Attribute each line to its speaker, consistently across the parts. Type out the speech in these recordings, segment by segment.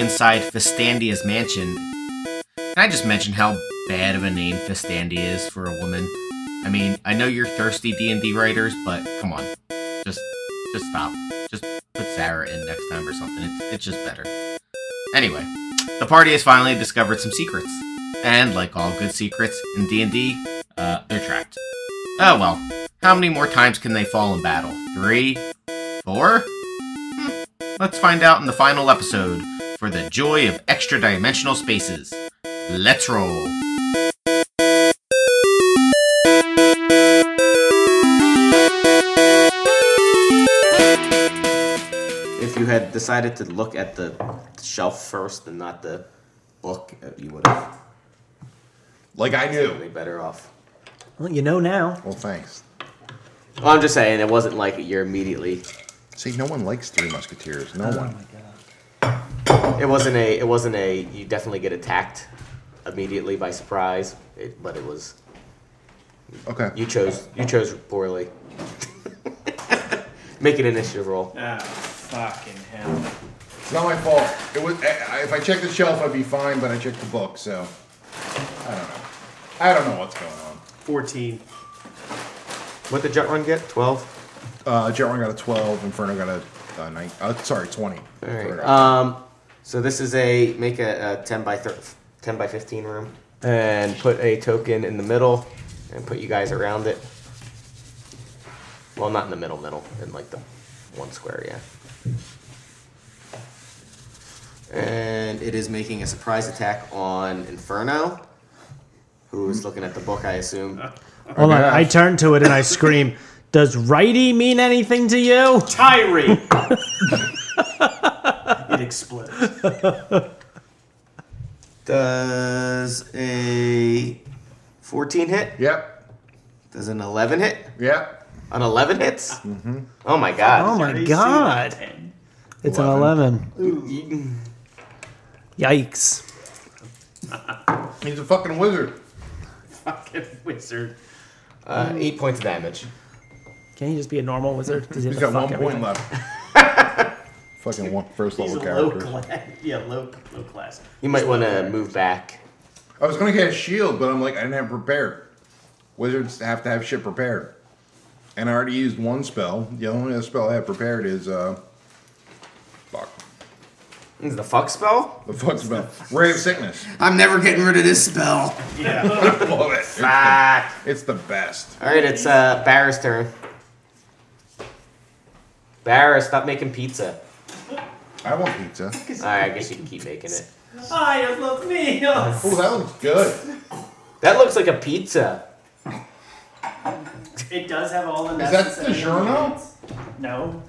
Speaker 1: outside Festandia's mansion. Can I just mention how bad of a name Festandia is for a woman? I mean, I know you're thirsty D&D writers, but come on. Just just stop. Just put Sarah in next time or something. It's, it's just better. Anyway, the party has finally discovered some secrets. And like all good secrets in D&D, uh, they're trapped. Oh well. How many more times can they fall in battle? Three? Four? Hmm. Let's find out in the final episode for the joy of extra dimensional spaces. Let's roll!
Speaker 2: If you had decided to look at the shelf first and not the book, uh, you would have
Speaker 3: Like I knew.
Speaker 2: been better off.
Speaker 4: Well, you know now.
Speaker 3: Well, thanks.
Speaker 2: Well, I'm just saying, it wasn't like you're immediately.
Speaker 3: See, no one likes Three Musketeers. No one.
Speaker 2: It wasn't a. It wasn't a. You definitely get attacked immediately by surprise, it, but it was.
Speaker 3: Okay.
Speaker 2: You chose. You chose poorly. Make an initiative roll.
Speaker 5: Ah, fucking hell.
Speaker 3: It's not my fault. It was. I, I- if I checked the shelf, I'd be fine, but I checked the book, so I don't know. I don't know what's going on.
Speaker 5: 14.
Speaker 2: What did Jut Run get? Twelve.
Speaker 3: Uh, Jetrun got a twelve. Inferno got a uh, nine. Uh, sorry, twenty.
Speaker 2: All right.
Speaker 3: Inferno.
Speaker 2: Um, so this is a make a, a ten by thir- ten by fifteen room, and put a token in the middle, and put you guys around it. Well, not in the middle, middle, in like the one square, yeah. And it is making a surprise attack on Inferno, who is looking at the book, I assume.
Speaker 4: Hold on.
Speaker 3: gosh.
Speaker 4: I turn to it and I scream, Does righty mean anything to you?
Speaker 5: Tyree! it explodes.
Speaker 2: Does a fourteen hit?
Speaker 3: yep.
Speaker 2: Does an eleven hit?
Speaker 3: Yep.
Speaker 2: An 11 hits? Oh my god.
Speaker 4: Oh my god. It's an 11. Yikes.
Speaker 3: He's a fucking wizard.
Speaker 5: Fucking wizard.
Speaker 2: Uh, 8 points of damage.
Speaker 4: Can he just be a normal wizard? Does he
Speaker 3: He's
Speaker 4: have
Speaker 3: got
Speaker 4: to
Speaker 3: one
Speaker 4: fuck
Speaker 3: point
Speaker 4: everything?
Speaker 3: left. fucking one first
Speaker 5: He's
Speaker 3: level
Speaker 5: a low
Speaker 3: character.
Speaker 5: class. Yeah, low, low class.
Speaker 2: You might want to move back.
Speaker 3: I was gonna get a shield, but I'm like, I didn't have it prepared. Wizards have to have shit prepared. And I already used one spell. The only other spell I have prepared is uh fuck.
Speaker 2: This is the fuck spell?
Speaker 3: The fuck spell. Ray of sickness.
Speaker 2: I'm never getting rid of this spell.
Speaker 5: Yeah.
Speaker 3: I love it. It's the,
Speaker 2: Ah.
Speaker 3: it's the best.
Speaker 2: Alright, it's uh, Barra's turn. Barra, stop making pizza.
Speaker 3: I want pizza.
Speaker 2: Alright, I guess you can keep making it.
Speaker 5: Hi, I love me.
Speaker 3: Oh, that looks good.
Speaker 2: That looks like a pizza.
Speaker 5: It does have all the
Speaker 3: Is that
Speaker 5: necessary
Speaker 3: DiGiorno?
Speaker 5: ingredients. No.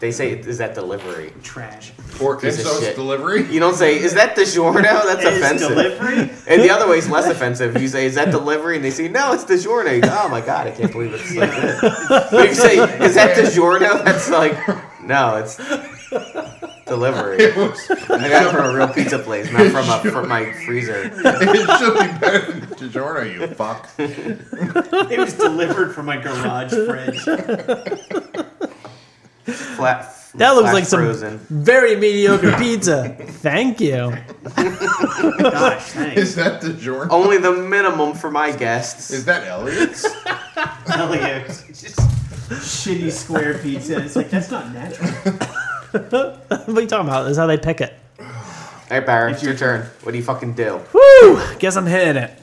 Speaker 2: They say, is that delivery?
Speaker 5: Trash.
Speaker 3: Or if
Speaker 2: Piece of
Speaker 3: so, it's
Speaker 2: shit.
Speaker 3: delivery.
Speaker 2: You don't say, is that DiGiorno? That's
Speaker 5: Is
Speaker 2: offensive.
Speaker 5: delivery?
Speaker 2: and the other way is less offensive. You say, is that delivery? And they say, no, it's DiGiorno. You go, oh my god, I can't believe it's like this. If you say, is that DiGiorno? That's like, no, it's delivery.
Speaker 3: It was-
Speaker 2: I got it from a real pizza place, not from a, from my freezer.
Speaker 3: it should be better than DiGiorno, you fuck.
Speaker 5: It was delivered from my garage fridge.
Speaker 2: Flat.
Speaker 4: That looks
Speaker 2: flash
Speaker 4: like some
Speaker 2: frozen.
Speaker 4: very mediocre pizza. Thank you.
Speaker 5: Gosh, thanks.
Speaker 3: Is that DiGiorno?
Speaker 2: Only the minimum for my guests.
Speaker 3: Is that Elliot's?
Speaker 5: Hell yeah. It's just shitty square pizza. It's like, that's not natural.
Speaker 4: What are you talking about? This is how they pick it.
Speaker 2: All right, Barry, it's your turn. What do you fucking do?
Speaker 4: Woo! Guess I'm hitting it.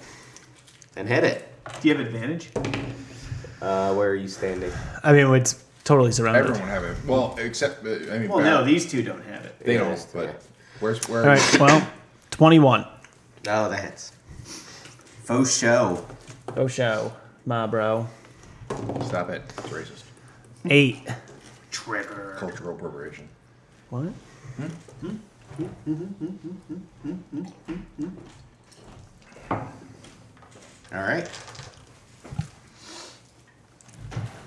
Speaker 2: And hit it.
Speaker 5: Do you have advantage?
Speaker 2: Uh, where are you standing?
Speaker 4: I mean, it's totally surrounded.
Speaker 3: Everyone have it. Well, except uh, I mean,
Speaker 5: Well,
Speaker 3: Barrett.
Speaker 5: no, these two don't have it.
Speaker 3: They
Speaker 2: Yeah,
Speaker 3: don't.
Speaker 2: it's- yeah.
Speaker 3: But where's where?
Speaker 4: All right, well, 21.
Speaker 2: No, that Oh, hits. Faux show.
Speaker 4: Oh, show. Ma, bro.
Speaker 3: Stop it. It's racist.
Speaker 4: Eight.
Speaker 5: Trigger.
Speaker 3: Cultural appropriation.
Speaker 4: What?
Speaker 2: All right.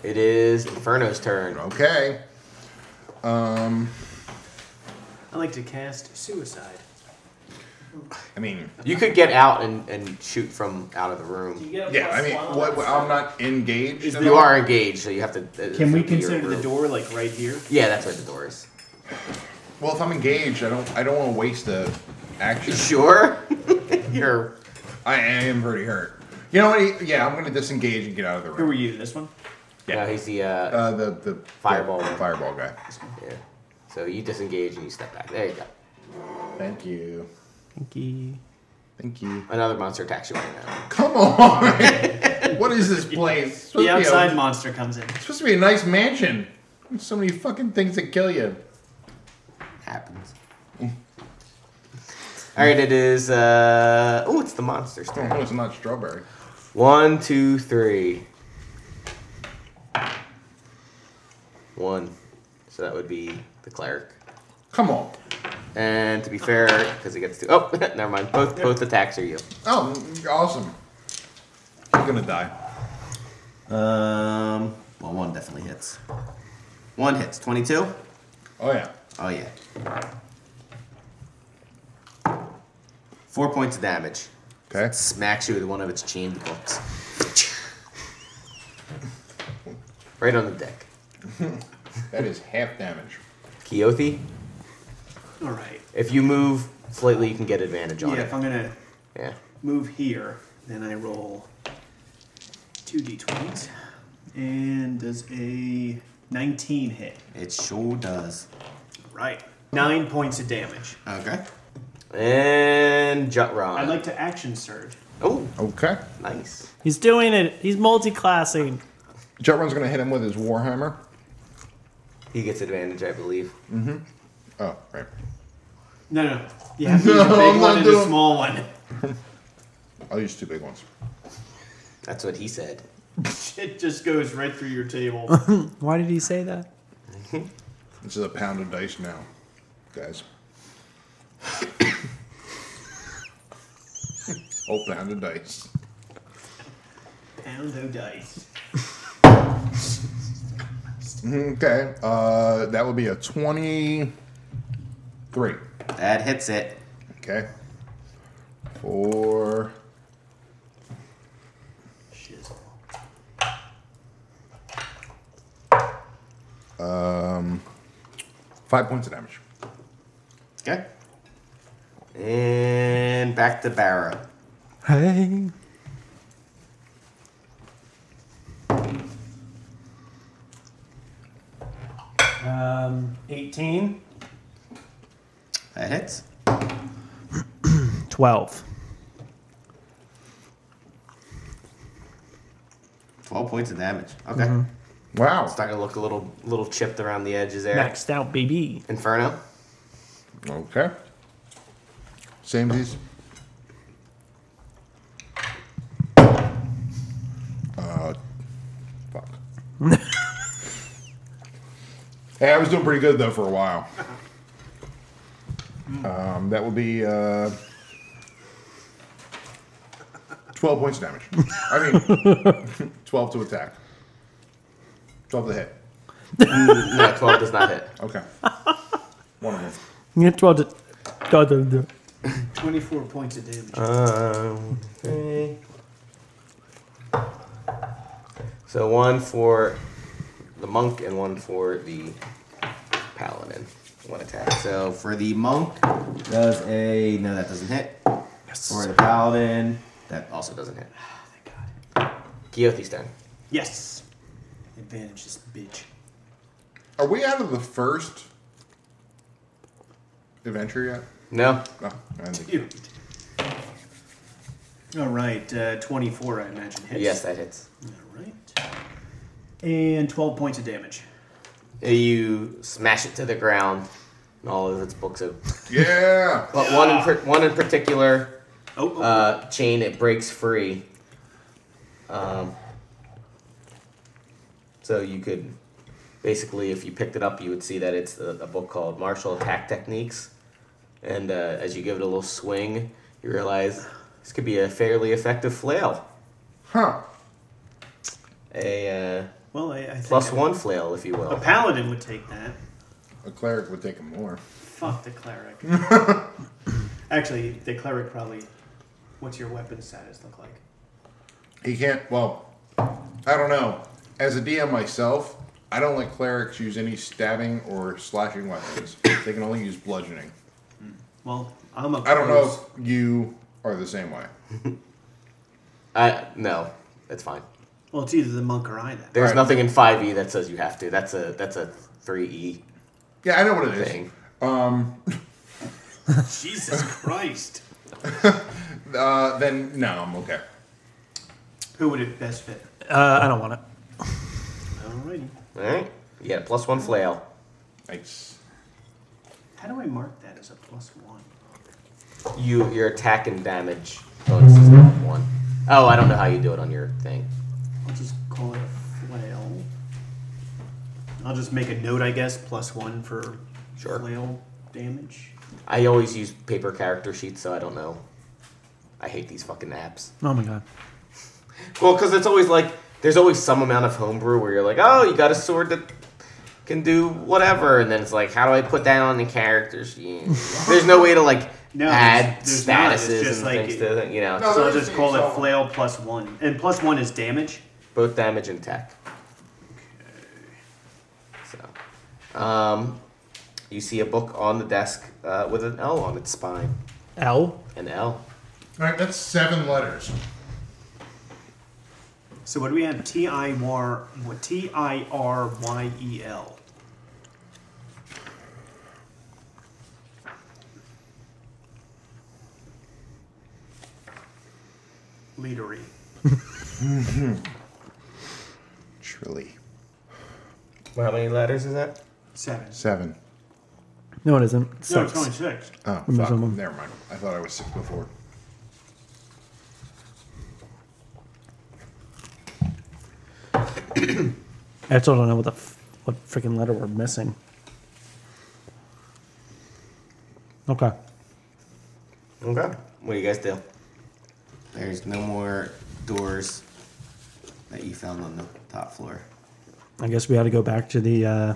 Speaker 2: It is Inferno's turn.
Speaker 3: Okay.
Speaker 5: I like to cast suicide.
Speaker 3: I mean,
Speaker 2: You could get out and, and shoot from out of the room.
Speaker 3: yeah. I mean, what, what- I'm not engaged.
Speaker 5: Is
Speaker 3: at
Speaker 2: You
Speaker 3: all.
Speaker 2: are engaged, so you have to.
Speaker 5: Can we
Speaker 2: it's gonna be your
Speaker 5: consider the
Speaker 2: room.
Speaker 5: door like right here?
Speaker 2: Yeah, that's where the door is.
Speaker 3: Well, if I'm engaged, I don't. I don't want to waste the action.
Speaker 2: Sure. You're.
Speaker 3: I, I am pretty hurt. You know what? Yeah, I'm gonna disengage and get out of the
Speaker 5: Who were
Speaker 3: room.
Speaker 5: you? This one?
Speaker 2: No, he's the. Uh,
Speaker 3: Uh, the the
Speaker 2: Fireball.
Speaker 3: the fireball guy.
Speaker 2: yeah. So you disengage and you step back. There you go.
Speaker 3: Thank you.
Speaker 4: Pinky.
Speaker 3: Thank you.
Speaker 2: Another monster attacks you right now.
Speaker 3: Come on. what is this place? It's supposed
Speaker 5: The
Speaker 3: to be a-
Speaker 5: outside monster comes in.
Speaker 3: it's supposed to be a nice mansion. There's so many fucking things that kill you.
Speaker 2: Happens.
Speaker 5: Mm.
Speaker 2: All right, it is. Uh, oh, it's the monster's turn.
Speaker 3: Oh, it's not strawberry.
Speaker 2: One, two, three. One. So that would be the cleric.
Speaker 3: Come on.
Speaker 2: And to be fair, because it gets to oh, never mind. Both both attacks are you.
Speaker 3: Oh, awesome. I'm gonna die.
Speaker 6: Um, well, one definitely hits. One hits. 22?
Speaker 3: Oh yeah.
Speaker 6: Oh, yeah. Four points of damage.
Speaker 3: Okay.
Speaker 2: Smacks you with one of its chained books. right on the deck.
Speaker 3: That is half damage.
Speaker 2: Keothi,
Speaker 5: All right.
Speaker 2: if you move slightly, you can get advantage on
Speaker 5: Yeah, if
Speaker 2: it.
Speaker 5: I'm gonna
Speaker 2: Yeah.
Speaker 5: move here, then I roll two d20s, and does a 19 hit?
Speaker 6: It sure does.
Speaker 5: Right. Nine points of damage.
Speaker 6: Okay.
Speaker 2: And Jutron.
Speaker 5: I'd like to action surge.
Speaker 2: oh,
Speaker 3: Okay.
Speaker 2: nice.
Speaker 4: He's doing it. He's multi-classing.
Speaker 3: Jutrun's gonna hit him with his warhammer.
Speaker 2: He gets advantage, I believe.
Speaker 3: Oh right.
Speaker 5: No, no, you have to use a
Speaker 3: No,
Speaker 5: big
Speaker 3: I'm
Speaker 5: one
Speaker 3: not
Speaker 5: and a
Speaker 3: doing-
Speaker 5: small one.
Speaker 3: I'll use two big ones.
Speaker 2: That's what he said.
Speaker 5: It just goes right through your table.
Speaker 4: Why did he say that?
Speaker 3: This is a pound of dice now, guys. Whole pound of dice.
Speaker 5: Pound of dice.
Speaker 3: Mm-hmm, Okay, uh, that would be a twenty-three.
Speaker 6: That hits it.
Speaker 3: Okay, four,
Speaker 5: Shit.
Speaker 3: Um, five points of damage.
Speaker 6: Okay. And back to Barrow.
Speaker 4: Hey.
Speaker 5: Um, 18.
Speaker 6: That hits.
Speaker 4: Twelve.
Speaker 6: 12 points of damage. Okay.
Speaker 3: Wow.
Speaker 2: Starting to look a little little chipped around the edges there.
Speaker 4: Maxed out, baby.
Speaker 2: Inferno.
Speaker 3: Okay. Same these. Uh, fuck. hey, I was doing pretty good though for a while. Um, that will be uh, twelve points of damage. I mean, twelve to attack. Twelve to hit.
Speaker 2: No, twelve does not hit.
Speaker 3: Okay. One of them.
Speaker 4: You get twelve. To, God, the- the-
Speaker 5: 24 points of damage.
Speaker 2: Um, okay. So one for the monk and one for the paladin. One attack.
Speaker 6: So for the monk, does a. No, that doesn't hit. For
Speaker 4: Yes.
Speaker 6: the paladin, that also
Speaker 2: Also doesn't hit.
Speaker 5: Ah, Thank God.
Speaker 2: Keothi's turn.
Speaker 5: Yes. Advantage this bitch.
Speaker 3: Are we out of the first adventure yet?
Speaker 2: No.
Speaker 3: No, I don't think.
Speaker 5: Dude. All right, uh, 24, I imagine, hits.
Speaker 2: Yes, that hits.
Speaker 5: All right. And 12 points of damage.
Speaker 2: You smash it to the ground, and all of its books of.
Speaker 3: Yeah.
Speaker 2: But
Speaker 5: Ah.
Speaker 2: one in par- one in particular
Speaker 5: Oh, oh,
Speaker 2: uh, chain it breaks free. Um, so you could basically, if you picked it up, you would see that it's a, a book called Martial Attack Techniques. And uh, as you give it a little swing, you realize this could be a fairly effective flail.
Speaker 3: Huh.
Speaker 2: A uh,
Speaker 5: well, I, I think
Speaker 2: plus
Speaker 5: I-
Speaker 2: one flail, if you
Speaker 5: A
Speaker 2: will.
Speaker 5: paladin would take that.
Speaker 3: A cleric would take him more.
Speaker 5: Fuck the cleric. Actually, the cleric probably. What's your weapon status look like?
Speaker 3: He can't. Well, I don't know. As a DM myself, I don't let clerics use any stabbing or slashing weapons. they can only use bludgeoning.
Speaker 5: Well, I'm a.
Speaker 3: I don't know if you are the same way.
Speaker 2: I no, it's fine.
Speaker 5: Well, it's either the monk or I then.
Speaker 2: There's
Speaker 3: Alright.
Speaker 2: nothing in five E that says you have to. That's a that's a three E
Speaker 3: Yeah, I know what it is.
Speaker 2: thing.
Speaker 5: Jesus Christ.
Speaker 3: Uh, then no, I'm okay.
Speaker 5: Who would it best fit?
Speaker 4: Uh, I don't want it.
Speaker 5: Alrighty.
Speaker 2: All right, you get a plus one flail.
Speaker 3: Nice.
Speaker 5: How do I mark that as a plus one?
Speaker 2: You your attack and damage bonus is not one. Oh, I don't know how you do it on your thing.
Speaker 5: I'll just call it a flail. I'll just make a note, I guess, plus one for
Speaker 2: Sure.
Speaker 5: flail damage.
Speaker 2: I always use paper character sheets, so I don't know. I hate these fucking apps.
Speaker 4: Oh my god.
Speaker 2: Well, because it's always like there's always some amount of homebrew where you're like, oh, you got a sword that can do whatever, and then it's like, how do I put that on the character sheet? there's no way to like
Speaker 5: No,
Speaker 2: add
Speaker 5: there's- there's not. It's
Speaker 2: statuses
Speaker 5: just
Speaker 2: and
Speaker 5: like
Speaker 2: things
Speaker 5: it-
Speaker 2: to you know,
Speaker 3: No.
Speaker 5: So I'll
Speaker 3: there
Speaker 5: just
Speaker 3: is
Speaker 5: call
Speaker 3: a-
Speaker 5: it flail plus one. And plus one is damage?
Speaker 2: both damage and tech. So, um, you see a book on the desk uh, with an L on its spine,
Speaker 4: L.
Speaker 2: an L.
Speaker 3: All right, that's seven letters.
Speaker 5: So what do we have? T I R what T I R Y E L. Leadery.
Speaker 3: Truly,
Speaker 2: How many letters is that?
Speaker 5: Seven.
Speaker 3: seven.
Speaker 4: No, it isn't. It
Speaker 5: No, it's
Speaker 4: sucks.
Speaker 5: only six.
Speaker 3: Oh,
Speaker 4: missing
Speaker 3: fuck.
Speaker 4: one.
Speaker 3: Never mind. I thought I was six before.
Speaker 4: I still don't know what the f- what freaking letter we're missing. Okay.
Speaker 2: Okay. What do you guys do?
Speaker 6: There's no more doors that you found on the top floor.
Speaker 4: I guess we got to go back to the. Uh,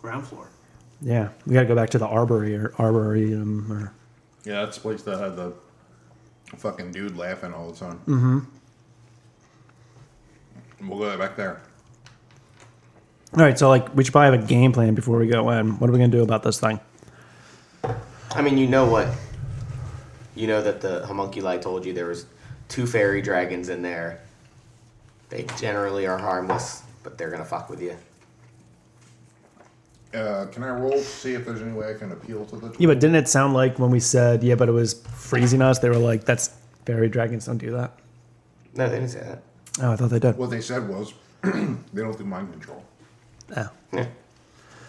Speaker 5: Ground floor.
Speaker 4: yeah, we got to go back to the arbory or arboretum or.
Speaker 3: Yeah, that's the place that had the fucking dude laughing all the time. Mm-hmm. We'll go back there.
Speaker 4: All right, so like we should probably have a game plan before we go in. What are we gonna do about this thing?
Speaker 2: I mean, you know what? You know that the homunculi told you there was two fairy dragons in there. They generally are harmless, but they're gonna fuck with you.
Speaker 3: Uh, can I roll to see if there's any way I can appeal to the?
Speaker 4: Yeah, but didn't it sound like when we said yeah, but it was freezing us? They were like, "That's fairy dragons don't do that."
Speaker 2: No, they didn't say that.
Speaker 4: Oh, I thought they did.
Speaker 3: What they said was they don't do mind control.
Speaker 4: Oh,
Speaker 2: Yeah.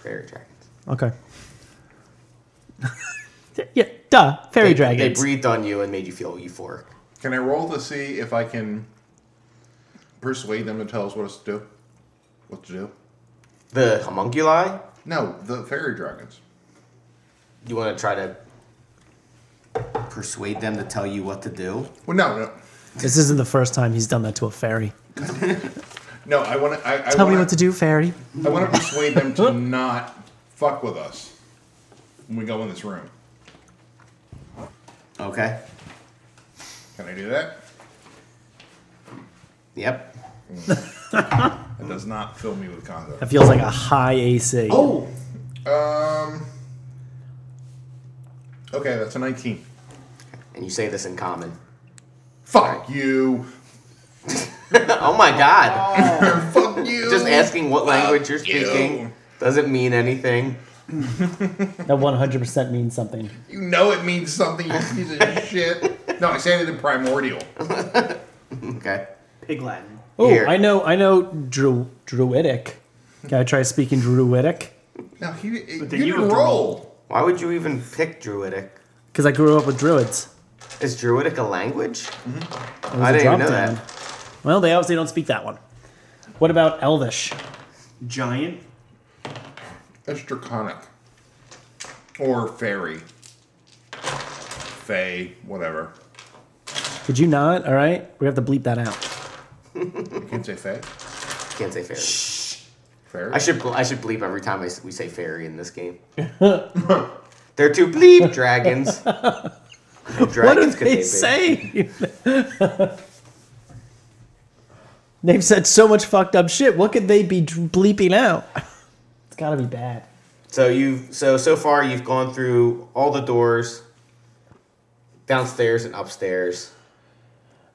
Speaker 2: Fairy dragons.
Speaker 4: okay. yeah, duh, fairy
Speaker 2: they,
Speaker 4: dragons.
Speaker 2: They breathed on you and made you feel euphoric.
Speaker 3: Can I roll to see if I can persuade them to tell us what us to do? What to do?
Speaker 2: The homunculi?
Speaker 3: No, the fairy dragons.
Speaker 2: You want to try to?
Speaker 6: Persuade them to tell you what to do.
Speaker 3: Well, no, no,
Speaker 4: this isn't the first time he's done that to a fairy.
Speaker 3: no. I want to. I, I
Speaker 4: Tell me
Speaker 3: wanna-
Speaker 4: what to do, fairy.
Speaker 3: I want to persuade them to not fuck with us when we go in this room.
Speaker 6: Okay.
Speaker 3: Can I do that?
Speaker 6: Yep.
Speaker 3: That does not fill me with confidence.
Speaker 4: That feels like a high AC.
Speaker 5: Oh!
Speaker 3: Um. Okay, that's a 19.
Speaker 2: And you say this in common.
Speaker 3: Fuck you.
Speaker 2: oh my god!
Speaker 3: Fuck you.
Speaker 2: Just asking what language you're
Speaker 3: Oh. Fuck you.
Speaker 2: speaking doesn't mean anything.
Speaker 4: That one hundred percent means something.
Speaker 3: You know it means something, you piece of shit. No, I said it in primordial.
Speaker 2: Okay.
Speaker 5: Pig Latin.
Speaker 4: Oh,
Speaker 2: Here.
Speaker 4: I know, I know, dru- druidic. Can I try speaking druidic?
Speaker 3: No, he, you
Speaker 5: then you
Speaker 3: didn't
Speaker 5: have to
Speaker 3: roll.
Speaker 5: roll.
Speaker 2: Why would you even pick druidic?
Speaker 4: Because I grew up with druids.
Speaker 2: Is druidic a language?
Speaker 4: Mm-hmm. It was
Speaker 2: I
Speaker 4: a
Speaker 2: didn't even know
Speaker 4: drop-down.
Speaker 2: that.
Speaker 4: Well, they obviously don't speak that one. What about Elvish?
Speaker 5: Giant.
Speaker 3: That's draconic. Or fairy. Fey, whatever.
Speaker 4: Could you not? All right, we have to bleep that out.
Speaker 3: You can't say fey.
Speaker 2: Can't say fairy.
Speaker 3: Fairy.
Speaker 2: I should ble- I should bleep every time I s- we say fairy in this game. They're two bleep dragons. dragons
Speaker 4: What did
Speaker 2: could
Speaker 4: they
Speaker 2: be.
Speaker 4: say? They've said so much fucked up shit. What could they be dr- bleeping out? It's gotta be bad.
Speaker 2: So you've so so far you've gone through all the doors downstairs and upstairs.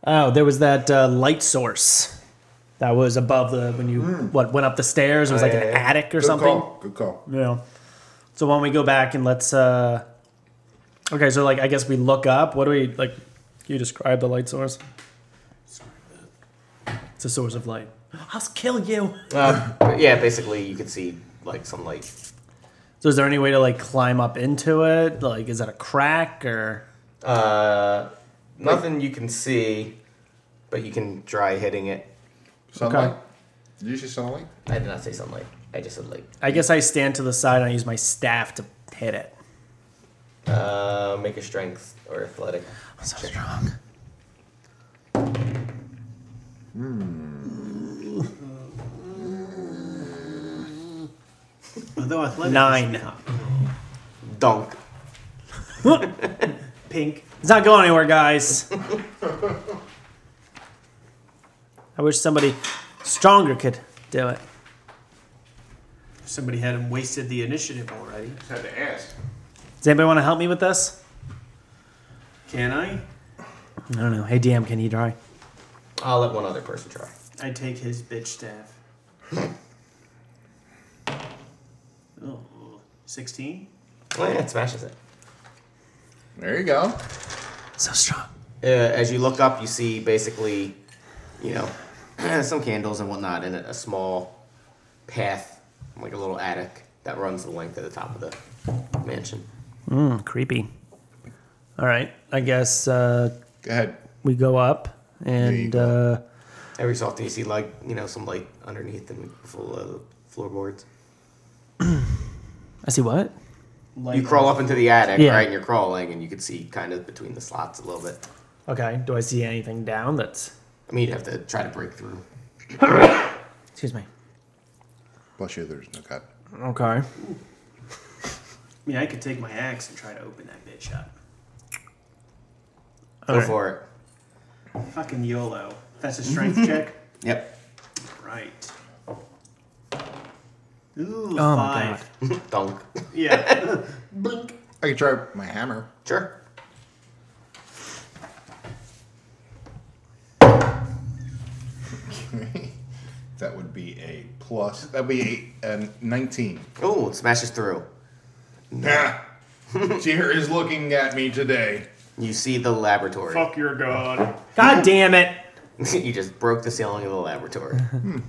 Speaker 4: Oh, there was that uh, light source that was above the when you what went up the stairs. It was
Speaker 2: Hmm. Oh,
Speaker 4: like
Speaker 2: yeah,
Speaker 4: an
Speaker 2: yeah.
Speaker 4: attic or
Speaker 3: Good
Speaker 4: something.
Speaker 3: call. Good call.
Speaker 4: Yeah. So why don't we go back and let's uh Okay, so like I guess we look up. What do we like can you describe the light source? It's a source of light. I'll kill you.
Speaker 2: Uh, yeah, basically you could see like some like
Speaker 4: So is there any way to like climb up into it? Like is that a crack or
Speaker 2: uh, nothing you can see, but you can try hitting it.
Speaker 3: Sunlight. Did you say sunlight?
Speaker 2: I did not say sunlight. I just said like
Speaker 4: I guess I stand to the side and I use my staff to hit it.
Speaker 2: uh, make a strength or athletic.
Speaker 4: I'm so strong.
Speaker 5: Although athletic. is
Speaker 4: Nine.
Speaker 5: not.
Speaker 2: Dunk.
Speaker 5: Pink.
Speaker 4: It's not going anywhere, guys. I wish somebody stronger could do it.
Speaker 5: Somebody had wasted the initiative already.
Speaker 3: had to ask.
Speaker 4: Does anybody want to help me with this?
Speaker 5: Can I?
Speaker 4: I don't know. Hey DM, can you try?
Speaker 2: I'll let one other person try.
Speaker 5: I take his bitch staff. Oh, 16?
Speaker 2: Oh yeah, it smashes it.
Speaker 3: There you go.
Speaker 4: So strong.
Speaker 2: Uh, as you look up, you see basically, you know, some candles and whatnot, and a a small path, like a little attic that runs the length of the top of the mansion.
Speaker 4: Mm, creepy. All right. I guess uh,
Speaker 3: Go ahead.
Speaker 4: we go up and uh,
Speaker 2: Every so often, you see like you know some light underneath and full of floorboards.
Speaker 4: I see what?
Speaker 5: Light
Speaker 2: You crawl up into the attic,
Speaker 4: Yeah.
Speaker 2: right? And you're crawling, and you can see kind of between the slots a little bit.
Speaker 4: Okay. Do I see anything down that's.
Speaker 2: I mean, you'd have to try to break through.
Speaker 4: Excuse me.
Speaker 3: Bless you. There's no cut.
Speaker 4: Okay.
Speaker 5: I mean, I could take my axe and try to open that bitch up.
Speaker 2: Go for it.
Speaker 5: Fucking YOLO. That's a strength check?
Speaker 6: Yep.
Speaker 5: Right. Ooh,
Speaker 4: Oh
Speaker 5: five.
Speaker 4: my
Speaker 2: Dunk.
Speaker 5: Yeah.
Speaker 2: Blink.
Speaker 3: I can try my hammer.
Speaker 2: Sure.
Speaker 3: That would be a plus. That'd be a, a 19.
Speaker 2: Oh, it smashes through.
Speaker 3: Nah. Deer is looking at me today.
Speaker 2: You see the laboratory.
Speaker 5: your god.
Speaker 4: God damn it.
Speaker 2: you just broke the ceiling of the laboratory.
Speaker 4: To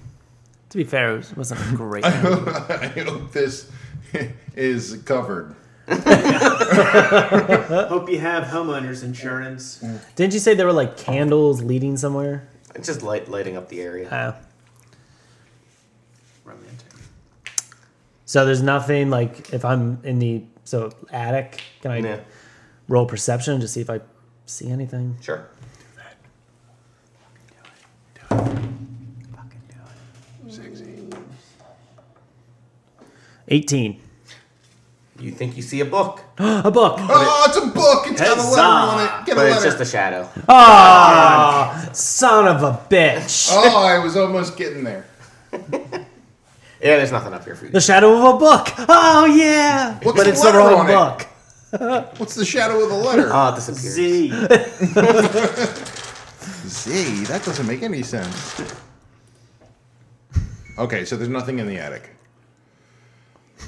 Speaker 4: be fair, it was- wasn't great.
Speaker 3: I hope this is covered.
Speaker 5: Hope you have homeowners insurance.
Speaker 4: Didn't you say there were like candles leading somewhere?
Speaker 2: It's just light lighting up the area.
Speaker 4: Oh.
Speaker 5: Romantic.
Speaker 4: So there's nothing like if I'm in the so attic, can I
Speaker 2: yeah,
Speaker 4: roll perception to see if I see anything?
Speaker 2: sure.
Speaker 5: Fucking do it.
Speaker 4: 18.
Speaker 2: You think you see a book,
Speaker 4: A book.
Speaker 3: Oh, it's a book. It's got a letter on it. Get a
Speaker 2: but it's
Speaker 3: letter.
Speaker 2: just a shadow.
Speaker 4: Oh, son of a bitch.
Speaker 3: oh, I was almost getting there.
Speaker 2: Yeah, there's nothing up here for you.
Speaker 4: The shadow of a book. Oh yeah.
Speaker 3: What's
Speaker 4: but
Speaker 3: the
Speaker 4: it's the
Speaker 3: letter
Speaker 4: wrong
Speaker 3: on it?
Speaker 4: book.
Speaker 3: What's the shadow of the letter?
Speaker 2: Ah, it disappears.
Speaker 5: Z.
Speaker 3: Z. That doesn't make any sense. Okay, so there's nothing in the attic.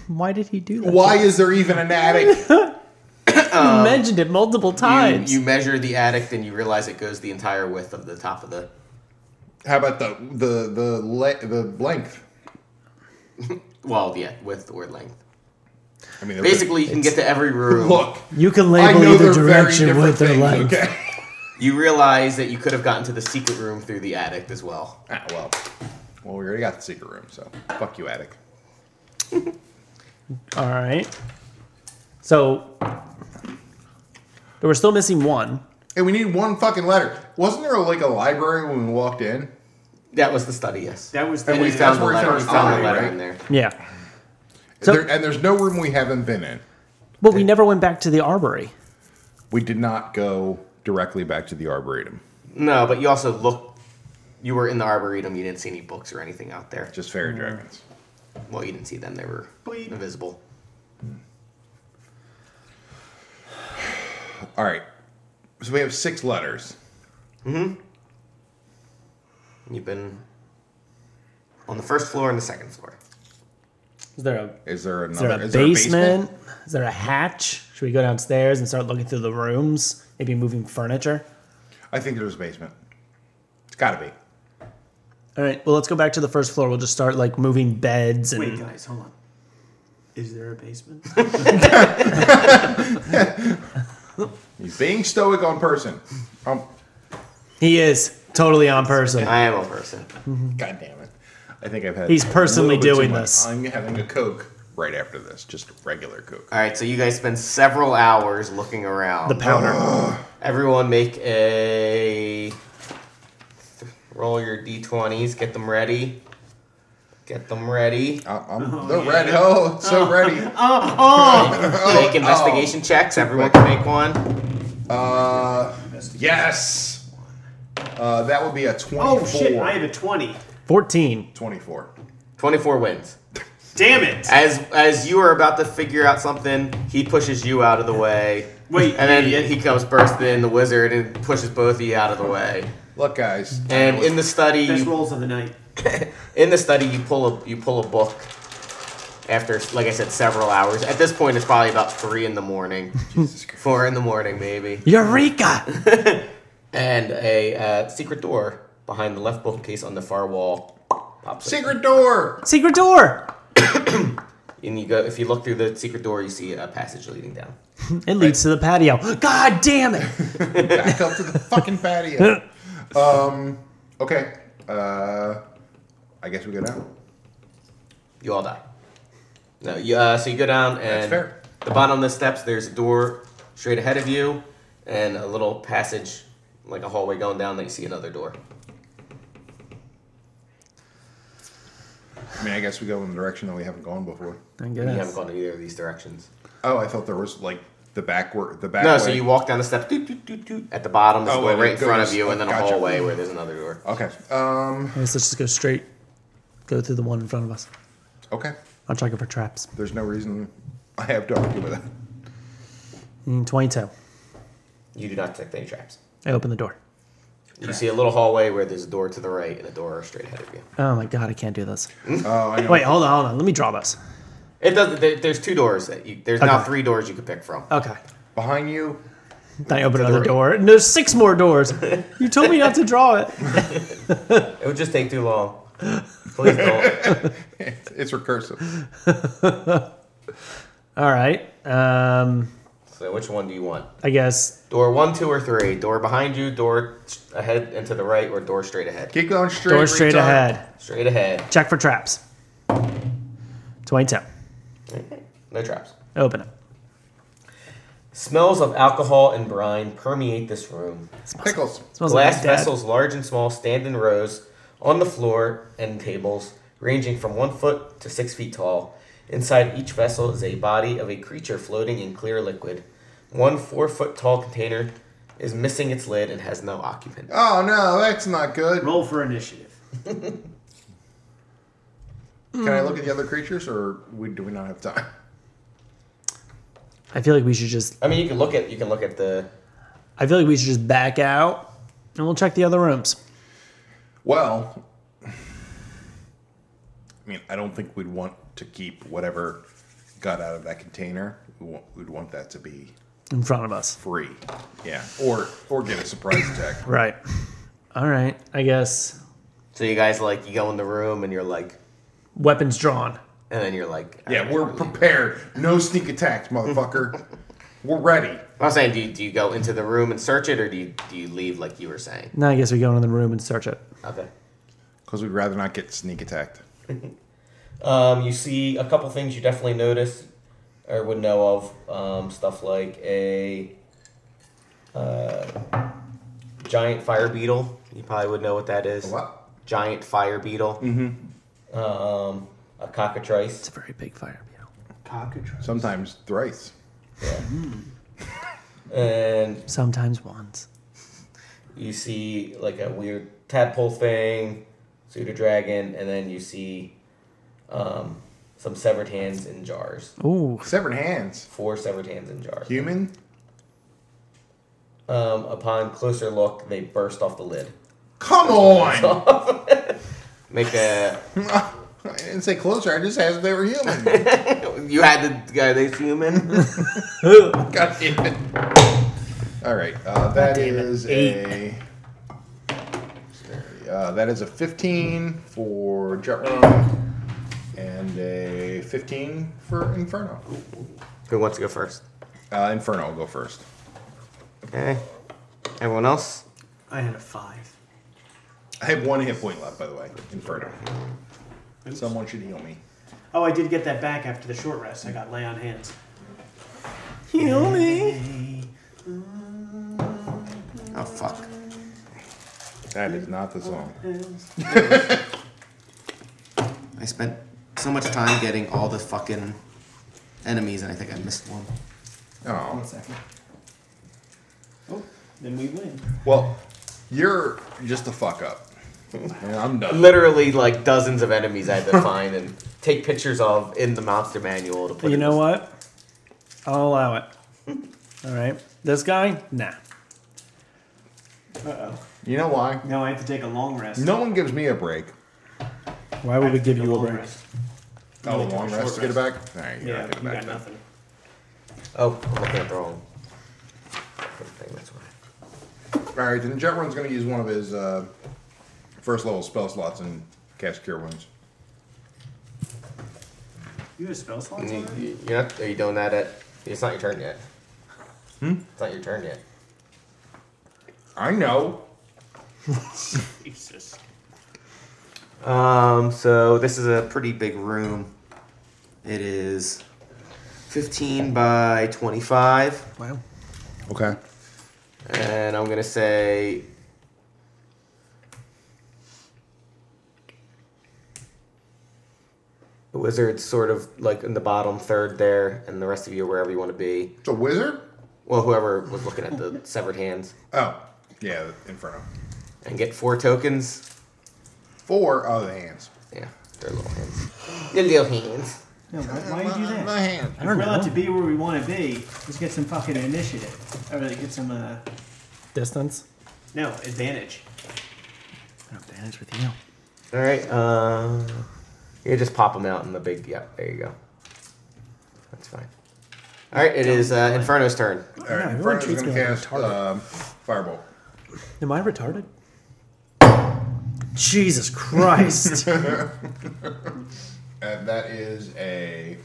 Speaker 4: Why did he do that?
Speaker 3: Why um, is there even an attic?
Speaker 4: you mentioned it multiple
Speaker 2: You,
Speaker 4: times.
Speaker 2: you measure the attic, and you realize it goes the entire width of the top of the.
Speaker 3: How about the the the le- the length?
Speaker 2: Well, yeah, width or length.
Speaker 3: I mean, they're
Speaker 2: Basically, you can get to every
Speaker 3: very-
Speaker 2: room.
Speaker 3: look.
Speaker 4: You can
Speaker 3: I
Speaker 4: label
Speaker 3: know
Speaker 4: either
Speaker 3: they're very
Speaker 4: direction
Speaker 3: different
Speaker 4: with or
Speaker 3: things.
Speaker 4: length.
Speaker 3: Okay.
Speaker 2: You realize that you could have gotten to the secret room through the attic as well.
Speaker 3: Ah, well, well, we already got the secret room, so fuck you, attic.
Speaker 4: All right. So, but we're still missing one.
Speaker 3: Hey, we need one fucking letter. Wasn't there like a library when we walked in?
Speaker 2: That was the study, yes.
Speaker 5: That was the
Speaker 2: And we
Speaker 3: that's
Speaker 2: found the
Speaker 3: where we
Speaker 2: letter. We
Speaker 3: found
Speaker 2: found the
Speaker 3: Ari,
Speaker 2: letter
Speaker 3: right?
Speaker 2: in there.
Speaker 4: Yeah. So-
Speaker 3: There, and there's no room we haven't been in.
Speaker 4: But we never went back to the arbory.
Speaker 3: We did not go directly back to the arboretum.
Speaker 2: No, but you also look you were in the arboretum. You didn't see any books or anything out there.
Speaker 3: Just
Speaker 4: Mm.
Speaker 3: fairy dragons.
Speaker 2: Well, you didn't see them. They were
Speaker 5: Bleep.
Speaker 2: invisible.
Speaker 3: All right. So we have six letters.
Speaker 2: You've been on the first floor and the second floor.
Speaker 4: Is there a
Speaker 3: Is there
Speaker 4: is
Speaker 3: another?
Speaker 4: there a,
Speaker 3: is
Speaker 4: basement? Is there a hatch? Should we go downstairs and start looking through the rooms? Maybe moving furniture.
Speaker 3: I think there's a basement. It's got to be.
Speaker 4: All right. Well, let's go back to the first floor. We'll just start like moving beds and
Speaker 5: Wait, guys, hold on. Is there a basement?
Speaker 3: He's being stoic on person. Um,
Speaker 4: he is totally on person.
Speaker 2: I am a person.
Speaker 3: God damn it. I think I've had.
Speaker 4: He's
Speaker 3: a
Speaker 4: personally
Speaker 3: little bit too
Speaker 4: doing
Speaker 3: much.
Speaker 4: this.
Speaker 3: I'm having a Coke right after this, just a regular Coke.
Speaker 2: All right, so you guys spend several hours looking
Speaker 4: The
Speaker 2: around.
Speaker 4: powder.
Speaker 2: Everyone make a roll your d20s, get them ready. Get them ready.
Speaker 3: I, I'm the red. Oh, it's so ready.
Speaker 2: make investigation checks. Everyone can make one.
Speaker 3: Uh, yes. Uh, that would be a 24.
Speaker 5: oh shit! I have a twenty.
Speaker 4: Fourteen.
Speaker 3: 24.
Speaker 2: 24 wins.
Speaker 5: Damn it!
Speaker 2: As as you are about to figure out something, he pushes you out of the way.
Speaker 5: Wait,
Speaker 2: And then
Speaker 5: yeah, yeah.
Speaker 2: he comes bursting in, the wizard, and pushes both of you out of the way.
Speaker 3: Look, guys.
Speaker 2: And in the study,
Speaker 5: Best
Speaker 2: you,
Speaker 5: rolls of the night.
Speaker 2: in the study, you pull a you pull a book. After, like I said, several hours. At this point, it's probably about three in the morning,
Speaker 3: Jesus Christ.
Speaker 2: four in the morning, maybe.
Speaker 4: Eureka!
Speaker 2: And a uh, secret door behind the left bookcase on the far wall pops. open.
Speaker 3: Secret door.
Speaker 4: Secret door.
Speaker 2: And you go if you look through the secret door, you see a passage leading down.
Speaker 4: It leads to the patio. God damn it!
Speaker 3: Back up to the fucking patio. Um, okay. Uh, I guess we go down.
Speaker 2: You all die. No, you, uh, so you go down and
Speaker 3: fair.
Speaker 2: the bottom of the steps. There's a door straight ahead of you, and a little passage, like a hallway going down. That you see another door.
Speaker 3: I mean, I guess we go in the direction that we haven't gone before.
Speaker 4: I
Speaker 2: You haven't
Speaker 4: guess.
Speaker 2: gone in either of these directions.
Speaker 3: Oh, I thought there was like the backward, the back.
Speaker 2: no,
Speaker 3: way.
Speaker 2: so you walk down the steps. Doot, doot, doot, doot. At the bottom, there's
Speaker 3: Oh,
Speaker 2: a door
Speaker 3: wait,
Speaker 2: right in
Speaker 3: it
Speaker 2: front of
Speaker 3: goes-
Speaker 2: you, and then a
Speaker 3: gotcha.
Speaker 2: hallway where there's another door.
Speaker 3: Okay. Um.
Speaker 4: I guess let's just go straight. Go through the one in front of us.
Speaker 3: Okay.
Speaker 4: I'm checking for traps.
Speaker 3: There's no reason I have to argue with that.
Speaker 4: Mm, Twenty-two.
Speaker 2: You do not detect any traps.
Speaker 4: I open the door.
Speaker 2: You see a little hallway where there's a door to the right and a door straight ahead of you.
Speaker 4: Oh my god, I can't do this.
Speaker 3: Oh, I know.
Speaker 4: Wait, hold on, hold on. Let me draw this.
Speaker 2: It does. There, there's two doors that you. There's now
Speaker 4: Okay.
Speaker 2: three doors you could pick from.
Speaker 4: Okay.
Speaker 3: Behind you.
Speaker 4: Then I open another door. And there's six more doors. You told me not to draw it.
Speaker 2: It would just take too long. Please don't.
Speaker 3: It's recursive.
Speaker 4: All right. Um,
Speaker 2: So which one do you want?
Speaker 4: I guess
Speaker 2: Door one, two, or three? Door behind you, door s- ahead and to the right, or door straight ahead?
Speaker 3: Keep going straight.
Speaker 4: door straight
Speaker 3: retard.
Speaker 4: ahead.
Speaker 2: Straight ahead.
Speaker 4: Check for traps. 22.
Speaker 2: No traps.
Speaker 4: Open it.
Speaker 2: Smells of alcohol and brine permeate this room.
Speaker 3: Pickles.
Speaker 4: Smells
Speaker 2: Glass
Speaker 4: like my dad.
Speaker 2: vessels, large and small, stand in rows on the floor and tables, ranging from one foot to six feet tall. Inside each vessel is a body of a creature floating in clear liquid. One four foot tall container is missing its lid and has no occupant.
Speaker 3: Oh no, that's not good.
Speaker 5: Roll for initiative.
Speaker 3: Can I look at the other creatures, or we, do we not have time?
Speaker 4: I feel like we should just.
Speaker 2: I mean, you can look at you can look at the
Speaker 4: I feel like we should just back out, and we'll check the other rooms.
Speaker 3: Well, I mean, I don't think we'd want to keep whatever got out of that container. We want, we'd want that to be
Speaker 4: In front of us.
Speaker 3: free, yeah, or or get a surprise attack.
Speaker 4: Right. All right. I guess
Speaker 2: So you guys like you go in the room and you're like,
Speaker 4: weapons drawn.
Speaker 2: and then you're like,
Speaker 3: Yeah, we're prepared. No sneak attacks, motherfucker. We're ready.
Speaker 2: I'm saying, do you, do you go into the room and search it, or do you do you leave like you were saying?
Speaker 4: Now I guess we go into the room and search it.
Speaker 2: Okay.
Speaker 3: Because we'd rather not get sneak attacked.
Speaker 2: Um, you see a couple things you definitely notice or would know of. Um, stuff like a uh, giant fire beetle. You probably would know what that is.
Speaker 3: What?
Speaker 2: Giant fire beetle. Mm-hmm. Um, a cockatrice.
Speaker 4: It's a very big fire. beetle.
Speaker 5: Cockatrice.
Speaker 3: Sometimes thrice.
Speaker 2: And
Speaker 4: Sometimes wands.
Speaker 2: you see like a weird tadpole thing, pseudo dragon, and then you see um, some severed hands in jars.
Speaker 4: Ooh.
Speaker 3: Severed hands.
Speaker 2: Four severed hands in jars.
Speaker 3: Human.
Speaker 2: Um, upon closer look, they burst off the lid.
Speaker 3: Come on.
Speaker 2: Make a.
Speaker 3: I didn't say closer. I just asked if they were human.
Speaker 2: You had the guy. They human.
Speaker 3: God damn it. All right. Uh, that
Speaker 4: damn it.
Speaker 3: is a. Uh, that is a 15 for
Speaker 4: Um.
Speaker 3: Jetrun and a 15 for Inferno.
Speaker 2: Who wants to go first?
Speaker 3: Uh, Inferno will go first.
Speaker 2: Okay. Everyone else.
Speaker 5: I had a five.
Speaker 3: I have one hit point left, by the way. Inferno. Someone should heal me.
Speaker 5: Oh, I did get that back after the short rest. I got lay on hands.
Speaker 4: Heal me.
Speaker 6: Oh fuck.
Speaker 3: That is not the song.
Speaker 6: I spent so much time getting all the fucking enemies, and I think I missed one.
Speaker 3: Oh.
Speaker 6: second.
Speaker 5: Oh, then we win.
Speaker 3: Well, you're just a fuck up. And I'm done.
Speaker 2: Literally, like dozens of enemies I had to find and take pictures of in the monster manual to put.
Speaker 4: You
Speaker 2: in
Speaker 4: know
Speaker 2: this-
Speaker 4: what? I'll allow it. All right. This guy? Nah.
Speaker 5: Uh oh.
Speaker 3: You know why?
Speaker 5: Now I have to take a long rest.
Speaker 3: No one gives me a break.
Speaker 4: Why would we
Speaker 5: Take
Speaker 4: give you a
Speaker 5: long
Speaker 4: break?
Speaker 5: rest.
Speaker 3: Oh,
Speaker 5: No,
Speaker 3: a long
Speaker 5: short
Speaker 3: rest to get it back? All right, you're
Speaker 5: Yeah,
Speaker 3: not
Speaker 5: you
Speaker 3: getting it back
Speaker 5: got
Speaker 3: then.
Speaker 5: nothing.
Speaker 2: Oh, I'm looking at the wrong. thing, That's why.
Speaker 3: All right, then Jetrun's going to use one of his uh, first level spell slots and cast Cure Wounds.
Speaker 5: You have spell slots?
Speaker 2: You, you, you're not, are you doing that at? It's not your turn yet. Hmm. It's not your turn yet.
Speaker 3: I know.
Speaker 5: Jesus.
Speaker 2: Um. So this is a pretty big room.
Speaker 6: It is 15 by 25.
Speaker 4: Wow.
Speaker 3: Okay.
Speaker 2: And I'm gonna say. The wizard's sort of like in the bottom third there, and the rest of you are wherever you want to be.
Speaker 3: It's a wizard?
Speaker 2: Well, whoever was looking at the severed hands.
Speaker 3: Oh, yeah, Inferno.
Speaker 2: And get four tokens.
Speaker 3: Four other hands.
Speaker 2: Yeah, they're little hands. They're little hands.
Speaker 5: No, why, why do you do
Speaker 3: My
Speaker 5: that?
Speaker 3: hand.
Speaker 5: If we're allowed to be where we want to be, let's get some fucking initiative. Or like, get some, uh,
Speaker 4: Distance.
Speaker 5: no, advantage.
Speaker 4: Advantage with you.
Speaker 2: All right. Uh, you just pop them out in the big. Yep. There you go. That's fine. All right. It is uh, Inferno's turn.
Speaker 3: All
Speaker 4: Yeah,
Speaker 3: right,
Speaker 4: everyone
Speaker 3: Inferno's
Speaker 4: treats
Speaker 3: going to
Speaker 4: me like a
Speaker 3: cast um, Firebolt.
Speaker 4: Am I retarded? Jesus Christ.
Speaker 3: And that is a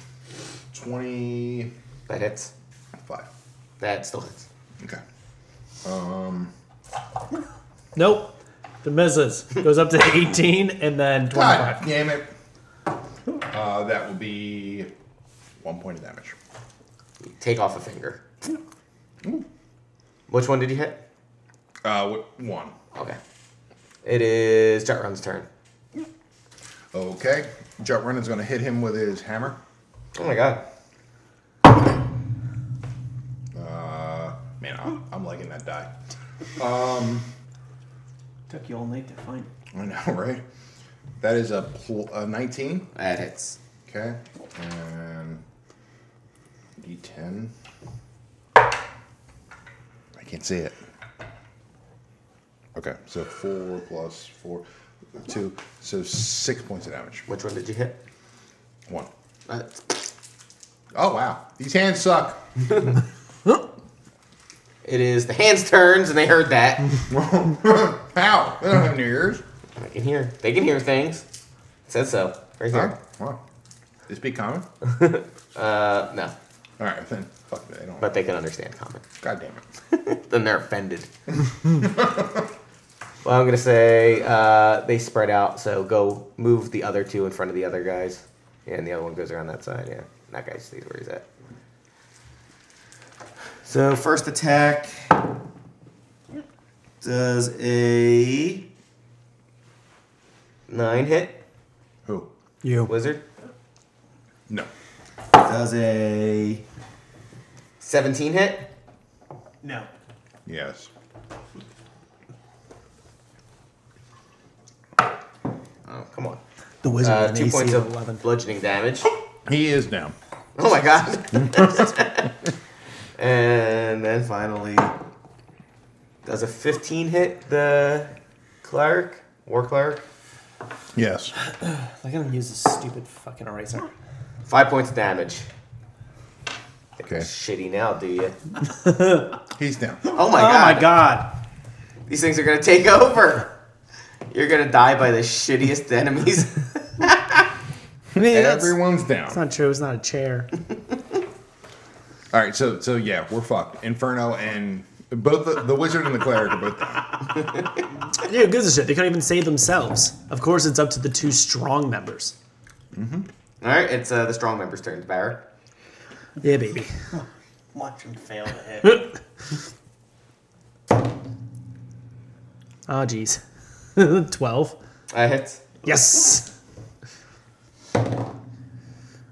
Speaker 3: 25.
Speaker 2: That hits. That still hits.
Speaker 3: Okay.
Speaker 4: nope. The misses. Goes up to 18 and then 25.
Speaker 3: God damn it. Uh, that will be one point of damage.
Speaker 2: Take off a finger. Which one did you hit?
Speaker 3: Uh, wh- one.
Speaker 2: Okay. It is Jetrun's turn.
Speaker 3: Okay. Jetrun is going to hit him with his hammer.
Speaker 2: Oh my god.
Speaker 3: Uh, man, I'm, I'm liking that die.
Speaker 5: Took you all night to find it.
Speaker 3: I know, right? That is a, pl- a 19.
Speaker 6: That hits.
Speaker 3: Okay. And D10. I can't see it. Okay, so four plus four, two, so six points of damage.
Speaker 2: Which one did you hit?
Speaker 3: One.
Speaker 2: Uh,
Speaker 3: Oh wow, these hands suck.
Speaker 2: it is the hands' turns, and they heard that.
Speaker 3: How? They don't have new ears.
Speaker 2: I can hear. They can hear things. It says so. Right
Speaker 3: Huh?
Speaker 2: here.
Speaker 3: Wow. They speak common. All
Speaker 2: Uh, no,
Speaker 3: right, then fuck it. They don't.
Speaker 2: but they can understand common.
Speaker 3: God damn it.
Speaker 2: then they're offended. well, I'm gonna say uh, they spread out, so go move the other two in front of the other guys, and the other one goes around that side. Yeah, that guy stays where he's at.
Speaker 6: So first attack does a
Speaker 2: Nine hit
Speaker 3: Who?
Speaker 4: You.
Speaker 2: wizard,
Speaker 3: No.
Speaker 6: does a
Speaker 2: seventeen hit.
Speaker 5: No.
Speaker 3: Yes.
Speaker 2: no, come on.
Speaker 4: The wizard
Speaker 2: Uh,
Speaker 4: with an
Speaker 2: two
Speaker 4: AC
Speaker 2: points
Speaker 4: of
Speaker 2: of
Speaker 4: 11.
Speaker 2: bludgeoning damage.
Speaker 3: He is now.
Speaker 2: Oh my god. and then finally, does a 15 hit the cleric? War cleric?
Speaker 3: Yes.
Speaker 4: I'm gonna use this stupid fucking
Speaker 2: Oh
Speaker 4: eraser.
Speaker 2: Five points of damage.
Speaker 3: Okay.
Speaker 2: Shitty now, do you?
Speaker 3: He's down.
Speaker 2: Oh my
Speaker 4: Oh
Speaker 2: god.
Speaker 4: my god!
Speaker 2: These things are gonna take over. You're gonna die by the shittiest enemies.
Speaker 4: it's
Speaker 3: Everyone's down.
Speaker 4: not true. It's not a chair.
Speaker 3: All right, so so yeah, we're fucked. Inferno and both the, the wizard and the cleric are both down.
Speaker 4: Yeah, who gives a shit? They couldn't even save themselves. Of course, it's up to the two strong members.
Speaker 2: All right, it's uh, the strong member's turn, Barrett.
Speaker 4: Yeah, baby.
Speaker 5: Watch him fail to hit.
Speaker 4: Oh, jeez. 12.
Speaker 2: I hit.
Speaker 4: Yes!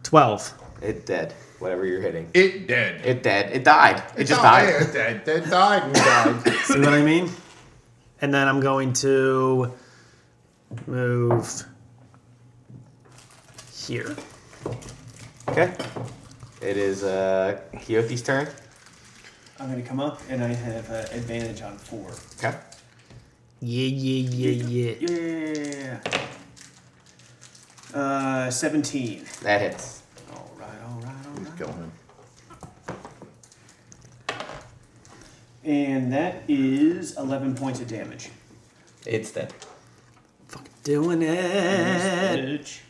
Speaker 4: 12.
Speaker 2: It dead. Whatever you're hitting.
Speaker 3: It dead.
Speaker 2: It dead. It died. It just
Speaker 3: Oh,
Speaker 2: died.
Speaker 3: yeah, It dead. It died. and died.
Speaker 4: See what I mean? And then I'm going to move here.
Speaker 2: Okay. It is uh, Keothi's turn.
Speaker 5: I'm gonna come up and I have uh, advantage on four.
Speaker 2: Okay.
Speaker 4: Yeah, yeah, yeah, yeah.
Speaker 5: Yeah. Uh, seventeen.
Speaker 2: That hits.
Speaker 5: All right, all right, all right.
Speaker 3: Kill him.
Speaker 5: And that is eleven points of damage.
Speaker 2: It's dead.
Speaker 4: Fuck doing it.
Speaker 5: Damage.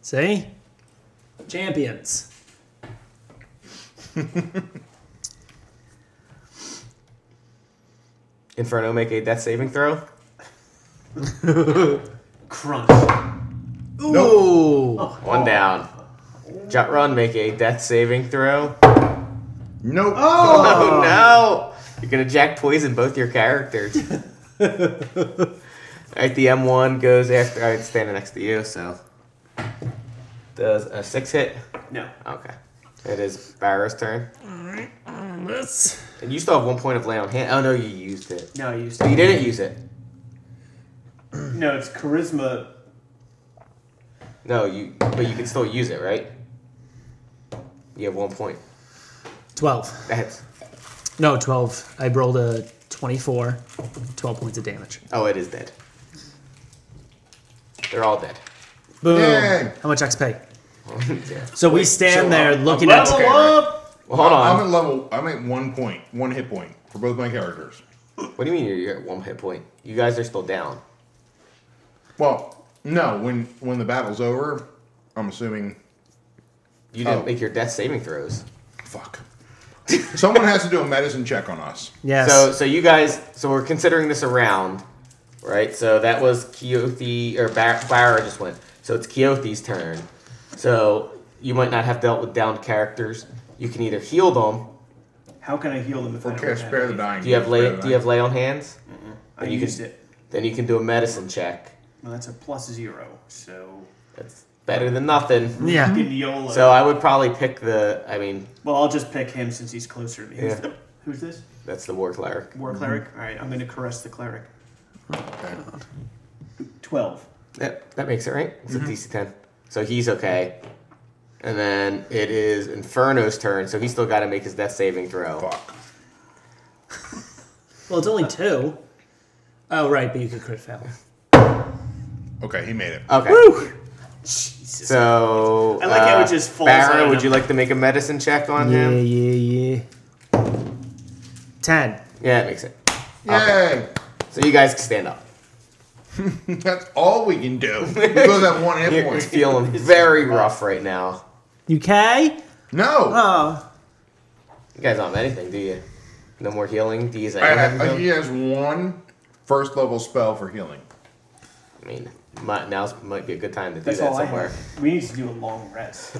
Speaker 4: See? Champions.
Speaker 2: Inferno make a death saving throw.
Speaker 5: Crunch.
Speaker 4: Ooh! Oh,
Speaker 2: One down. Jot run make a death saving throw.
Speaker 3: Nope.
Speaker 2: Oh no! You're gonna jack poison both your characters. Alright, the M1 goes after. Alright, it's standing next to you, so. Does a six hit?
Speaker 5: No.
Speaker 2: Okay. It is Barrow's turn.
Speaker 4: Let's-
Speaker 2: And you still have one point of land on hand. Oh no, you used it.
Speaker 5: No, you.
Speaker 2: So you didn't use it.
Speaker 5: No, it's charisma.
Speaker 2: No, you. But you can still use it, right? You have one point.
Speaker 4: 12.
Speaker 2: That's.
Speaker 4: No, 12. I rolled a 24. 12 points of damage.
Speaker 2: Oh, it is dead. They're all dead.
Speaker 4: Boom.
Speaker 3: Yay.
Speaker 4: How much XP?
Speaker 2: yeah.
Speaker 4: So we stand
Speaker 3: so,
Speaker 4: there
Speaker 3: uh,
Speaker 4: looking
Speaker 3: I'm
Speaker 4: at.
Speaker 3: level up!
Speaker 2: Well, hold on.
Speaker 3: I'm at level. I'm at one point, one hit point for both my characters.
Speaker 2: What do you mean you're, you're at one hit point? You guys are still down.
Speaker 3: Well, no. When when the battle's over, I'm assuming.
Speaker 2: You didn't
Speaker 3: Oh.
Speaker 2: make your death saving throws.
Speaker 3: Fuck. Someone has to do a medicine check on us.
Speaker 4: Yes.
Speaker 2: So so you guys so we're considering this a round, right? So that was Keothi or Bar- Barra just went. So it's Keothi's turn. So you might not have dealt with downed characters. You can either heal them.
Speaker 5: How can I heal them if I
Speaker 3: Or
Speaker 5: don't
Speaker 3: care,
Speaker 5: have
Speaker 3: spare the
Speaker 5: it?
Speaker 3: dying.
Speaker 2: Do you have
Speaker 3: Spare
Speaker 2: lay
Speaker 3: the
Speaker 2: do you have
Speaker 3: dying.
Speaker 2: lay on hands?
Speaker 5: I
Speaker 2: You can-
Speaker 5: used it.
Speaker 2: Then you can do a medicine check.
Speaker 5: Well, that's a plus zero. So.
Speaker 2: That's better than nothing.
Speaker 4: yeah.
Speaker 5: Fucking YOLO.
Speaker 2: So I would probably pick the I mean,
Speaker 5: well, I'll just pick him since he's closer to me. Who's,
Speaker 2: Yeah.
Speaker 5: the- who's this?
Speaker 2: that's the war cleric.
Speaker 5: War cleric. All right, I'm gonna caress the cleric.
Speaker 3: Okay.
Speaker 5: Twelve.
Speaker 2: Yep, that makes it right. It's a DC ten. So he's okay. And then it is Inferno's turn, so he's still got to make his death saving throw.
Speaker 3: Fuck.
Speaker 4: Well, it's only two. Oh, right, but you could crit fail.
Speaker 3: Okay, he made it.
Speaker 2: Okay.
Speaker 4: Woo!
Speaker 2: So
Speaker 5: I like how
Speaker 2: uh,
Speaker 5: it just falls
Speaker 2: Barra,
Speaker 5: on
Speaker 2: would
Speaker 5: him.
Speaker 2: you like to make a medicine check on
Speaker 4: Yeah,
Speaker 2: him?
Speaker 4: yeah, yeah. Ten.
Speaker 2: Yeah, it makes it.
Speaker 3: Yay!
Speaker 2: So you guys can stand up.
Speaker 3: That's all we can do. We both have one hit
Speaker 2: You're
Speaker 3: point.
Speaker 2: feeling very rough right now.
Speaker 4: You okay?
Speaker 3: No.
Speaker 4: Oh.
Speaker 2: You guys don't have anything, do you? No more healing. Do you
Speaker 3: I
Speaker 2: guys
Speaker 3: have,
Speaker 2: have
Speaker 3: uh, he
Speaker 2: anything?
Speaker 3: has one first level spell for healing.
Speaker 2: I mean, might, now's might be a good time to do
Speaker 5: That's
Speaker 2: that
Speaker 5: all I
Speaker 2: somewhere.
Speaker 5: have. We need to do a long rest.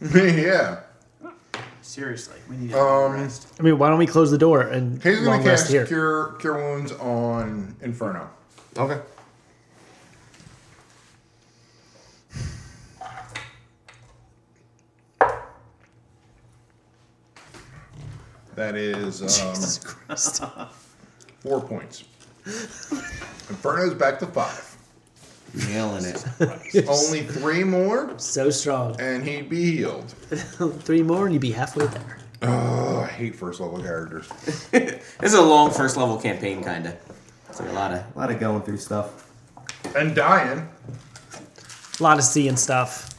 Speaker 3: yeah.
Speaker 5: Seriously, we need a long
Speaker 3: Um,
Speaker 5: rest.
Speaker 4: I mean, why don't we close the door and
Speaker 3: He's going
Speaker 4: long
Speaker 3: to
Speaker 4: rest
Speaker 3: cast
Speaker 4: here?
Speaker 3: cure, cure Wounds on Inferno.
Speaker 2: Okay.
Speaker 3: That is um,
Speaker 4: Christ.
Speaker 3: four points. Inferno's back to five.
Speaker 6: Nailing it.
Speaker 3: Only three more,
Speaker 7: So strong.
Speaker 3: and he'd be healed.
Speaker 7: Three more and you'd be halfway there.
Speaker 3: Oh, I hate first level characters.
Speaker 2: This is a long first level campaign, kinda.
Speaker 6: It's like a lot of, a lot of going through stuff.
Speaker 3: And dying.
Speaker 4: A lot of seeing stuff.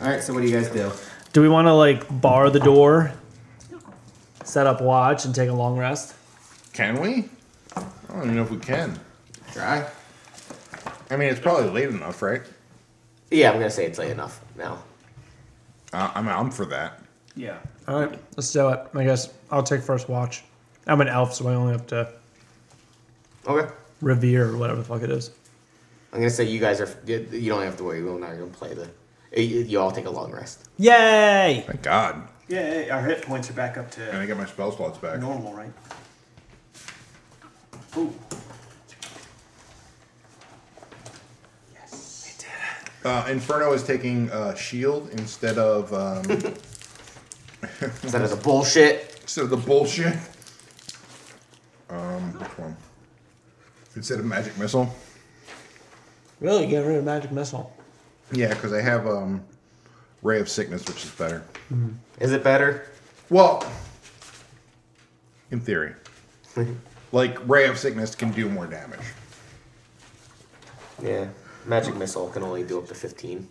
Speaker 6: All right, so what do you guys do?
Speaker 4: Do we want to like bar the door, set up watch, and take a long rest?
Speaker 3: Can we? I don't even know if we can.
Speaker 6: Try.
Speaker 3: I mean, it's probably late enough, right?
Speaker 2: Yeah, I'm gonna say it's late enough now.
Speaker 3: Uh, I mean, I'm for that.
Speaker 5: Yeah.
Speaker 4: All right, let's do it. I guess I'll take first watch. I'm an elf, so I only have to
Speaker 2: Okay.
Speaker 4: revere or whatever the fuck it is.
Speaker 2: I'm gonna say you guys are. You you don't have to worry. We're not gonna play the. You you all take a long rest.
Speaker 4: Yay!
Speaker 3: Thank God.
Speaker 5: Yeah, yeah, our hit points are back up
Speaker 3: And I
Speaker 5: to
Speaker 3: get my spell slots back.
Speaker 5: normal, right? Ooh.
Speaker 3: Uh, Inferno is taking uh, shield instead of um,
Speaker 2: Is that as a bullshit?
Speaker 3: instead of the bullshit. Um, which one? Instead of magic missile.
Speaker 4: Really? Get rid of magic missile.
Speaker 3: Yeah, because I have um, ray of sickness, which is better.
Speaker 2: Is it better?
Speaker 3: Well, in theory, like ray of sickness can do more damage.
Speaker 2: Yeah. Magic missile can only do up to 15.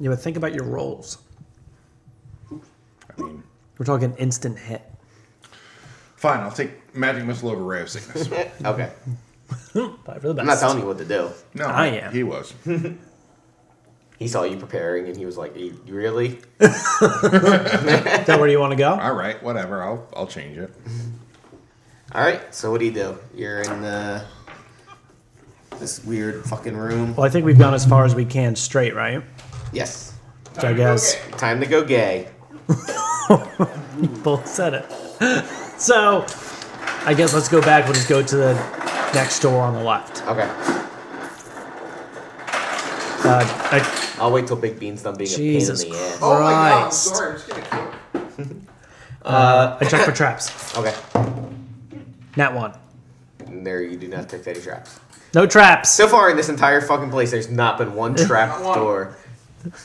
Speaker 4: Yeah, but think about your rolls.
Speaker 3: I mean,
Speaker 4: We're talking instant hit.
Speaker 3: fine, I'll take magic missile over ray of sickness.
Speaker 2: Eh, okay.
Speaker 4: Probably for the
Speaker 2: I'm not
Speaker 4: best.
Speaker 2: telling you what to do.
Speaker 3: No,
Speaker 4: I am.
Speaker 3: He was.
Speaker 2: He saw you preparing and he was like, "You you really?
Speaker 4: Is that where you want to go?
Speaker 3: All right, whatever. I'll I'll change it.
Speaker 2: All right. So what do you do? You're in the.
Speaker 6: This weird fucking room.
Speaker 4: Well, I think we've gone as far as we can straight, right?
Speaker 2: Yes.
Speaker 4: So I guess
Speaker 2: Time to go gay.
Speaker 4: both said it. so I guess let's go back. We'll just go to the next door on the left.
Speaker 2: Okay.
Speaker 4: Uh, I,
Speaker 2: I'll wait till Big Bean's done being
Speaker 4: Jesus
Speaker 2: a pain in the ass.
Speaker 3: Oh my God, I'm
Speaker 4: Christ. Uh,
Speaker 3: sorry. I'm just gonna kill.
Speaker 4: I check for traps.
Speaker 2: Okay.
Speaker 4: Not one.
Speaker 2: And there you do not detect any traps.
Speaker 4: No traps.
Speaker 2: So far in this entire fucking place, there's not been one trap
Speaker 3: Not one.
Speaker 2: door.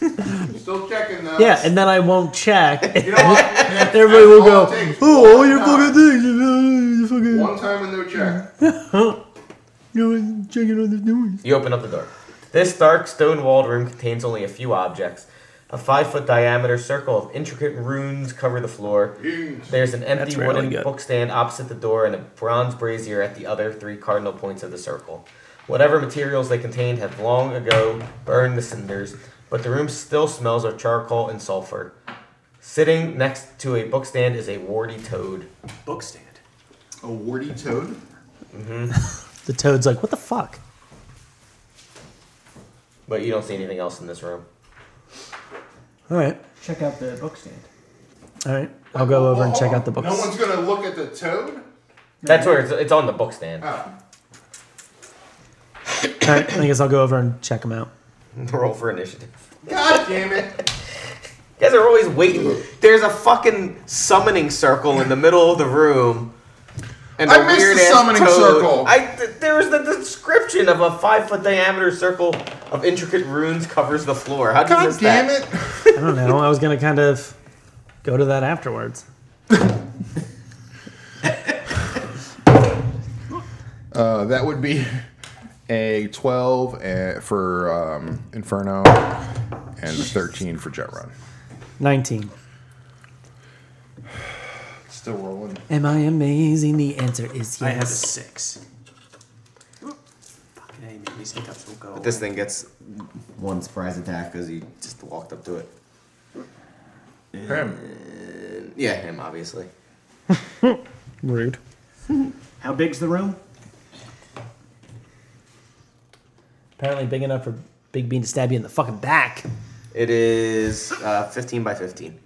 Speaker 3: it. Still checking though.
Speaker 4: Yeah, and then I won't check.
Speaker 3: You know what?
Speaker 4: Everybody will
Speaker 3: All it
Speaker 4: go,
Speaker 3: takes
Speaker 4: oh,
Speaker 3: is one
Speaker 4: you're fucking things. you know, you fucking,
Speaker 3: One time and no check.
Speaker 4: you know, checking on the doing.
Speaker 2: You open up the door. This dark stone walled room contains only a few objects. A five foot diameter circle of intricate runes cover the floor. There's an empty
Speaker 4: That's really
Speaker 2: wooden
Speaker 4: good.
Speaker 2: book stand opposite the door and a bronze brazier at the other three cardinal points of the circle. Whatever materials they contained have long ago burned the cinders, but the room still smells of charcoal and sulfur. Sitting next to a book stand is a warty toad.
Speaker 5: Book stand.
Speaker 3: A warty toad.
Speaker 4: The toad's like, what the fuck?
Speaker 2: But you don't see anything else in this room.
Speaker 4: All right,
Speaker 5: Check out the book stand.
Speaker 4: all right. I'll go over and
Speaker 3: Hold
Speaker 4: check
Speaker 3: on.
Speaker 4: out the books.
Speaker 3: No one's gonna look at the toad.
Speaker 2: That's where it's, it's on the book stand.
Speaker 3: Oh.
Speaker 4: All right, I guess I'll go over and check them out.
Speaker 2: Roll for initiative.
Speaker 3: God damn it!
Speaker 2: You guys are always waiting. There's a fucking summoning circle in the middle of the room. And
Speaker 3: I
Speaker 2: a
Speaker 3: missed the
Speaker 2: weird-ass
Speaker 3: summoning
Speaker 2: toad.
Speaker 3: circle.
Speaker 2: I th- there was the description of a five foot diameter circle of intricate runes covers the floor. How
Speaker 3: God damn it!
Speaker 4: I don't know. I was gonna kind of go to that afterwards.
Speaker 3: Uh, that would be a twelve uh, for um, Inferno and a thirteen for Jet Run.
Speaker 4: Nineteen.
Speaker 3: Still rolling.
Speaker 4: Am I amazing? The answer is yes.
Speaker 5: I have a six. Fucking hey, man, these hiccups will go.
Speaker 2: This thing gets
Speaker 6: One surprise attack because he
Speaker 2: just walked up to it.
Speaker 3: Him.
Speaker 2: Yeah, him obviously.
Speaker 4: Rude.
Speaker 5: How big's the room?
Speaker 4: Apparently big enough for Big Bean to stab you in the fucking back.
Speaker 2: It is uh, 15 by 15.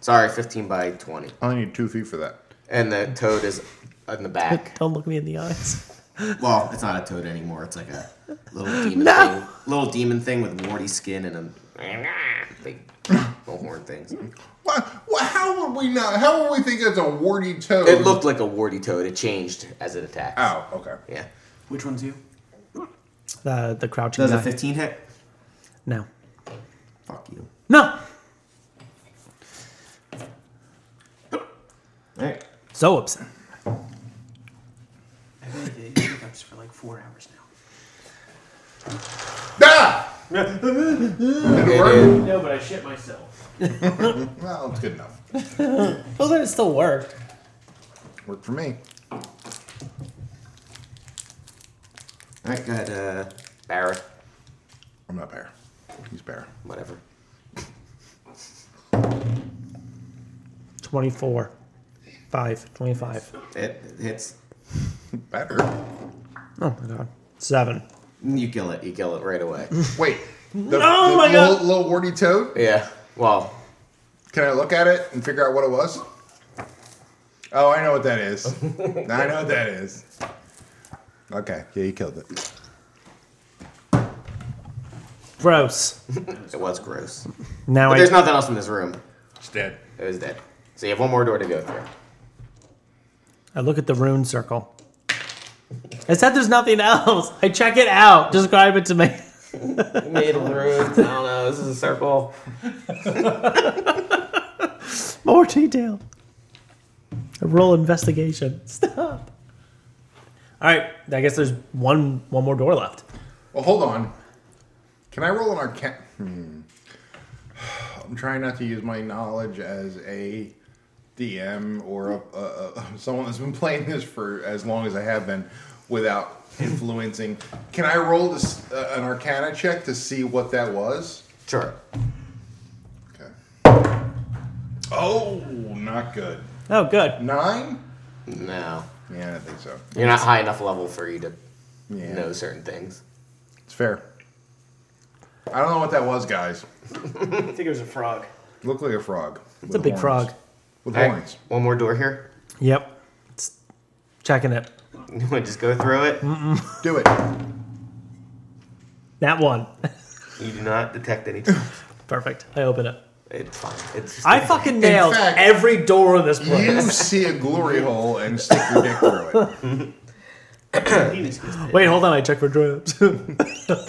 Speaker 2: Sorry, 15 by 20.
Speaker 3: I only need two feet for that.
Speaker 2: And the toad is in the back.
Speaker 4: Don't look me in the eyes.
Speaker 6: Well, it's not a toad anymore. It's like a little demon
Speaker 4: No.
Speaker 6: thing.
Speaker 2: Little demon thing with warty skin and a big little horn things.
Speaker 3: What? what how would we not? How would we think that's a warty toad?
Speaker 2: Um, It looked like a warty toad. It changed as it attacked.
Speaker 3: Oh, okay.
Speaker 2: Yeah.
Speaker 5: Which one's you?
Speaker 4: Uh, the crouching
Speaker 6: Does a
Speaker 4: guy.
Speaker 6: 15 hit?
Speaker 4: No.
Speaker 6: Fuck you.
Speaker 4: No.
Speaker 6: All right.
Speaker 4: So upset.
Speaker 5: I've been at the hiccups for like four hours now.
Speaker 3: Ah!
Speaker 2: It is-
Speaker 5: No, but I shit myself.
Speaker 3: Well, it's good enough.
Speaker 4: Well, then it still worked.
Speaker 3: Worked for me.
Speaker 6: All right, go ahead. Uh,
Speaker 2: Barrett,
Speaker 3: I'm not bear. He's bear.
Speaker 2: whatever.
Speaker 4: 24. 5. 25.
Speaker 6: it hits.
Speaker 3: Better.
Speaker 4: Oh, my God. 7.
Speaker 6: You kill it.
Speaker 2: You kill it right away.
Speaker 3: Wait. The,
Speaker 4: Oh
Speaker 3: the
Speaker 4: my God.
Speaker 3: Little, little warty toad.
Speaker 2: yeah. Well,
Speaker 3: Can I look at it and figure out what it was? Oh, I know what that is. I know what that is. Okay. Yeah, you killed it.
Speaker 4: Gross.
Speaker 2: it was gross.
Speaker 4: Now
Speaker 2: But
Speaker 4: I.
Speaker 2: there's nothing else in this room.
Speaker 3: It's dead.
Speaker 2: It was dead. So you have one more door to go through.
Speaker 4: I look at the rune circle. I said there's nothing else. I check it out. Describe it to me.
Speaker 2: made of runes. I don't know. This is a circle.
Speaker 4: More detail. A roll investigation. Stop. All right. I guess there's one one more door left.
Speaker 3: Well, hold on. Can I roll an arcana? Hmm. I'm trying not to use my knowledge as a DM or a, a, a, someone that's been playing this for as long as I have been without influencing. Can I roll this, uh, an arcana check to see what that was?
Speaker 2: Sure.
Speaker 3: Okay. Oh, not good.
Speaker 4: Oh, good.
Speaker 3: Nine?
Speaker 2: No.
Speaker 3: Yeah, I don't think so.
Speaker 2: You're not high enough level for you to
Speaker 3: Yeah.
Speaker 2: know certain things.
Speaker 3: It's fair. I don't know what that was, guys.
Speaker 5: I think it was a frog.
Speaker 3: Looked like a frog.
Speaker 4: It's a big frog.
Speaker 3: With
Speaker 2: All right,
Speaker 3: horns.
Speaker 2: One more door here.
Speaker 4: Yep. It's checking it.
Speaker 2: You want to just go through it?
Speaker 3: Do it.
Speaker 4: That one.
Speaker 2: You do not detect any. traps.
Speaker 4: Perfect. I open it.
Speaker 2: it's fine. It's just
Speaker 4: I fucking nailed
Speaker 3: fact-
Speaker 4: every door in this place.
Speaker 3: You see a glory hole and stick your dick through it.
Speaker 5: Penis gets big.
Speaker 4: Wait, hold on. I check for traps.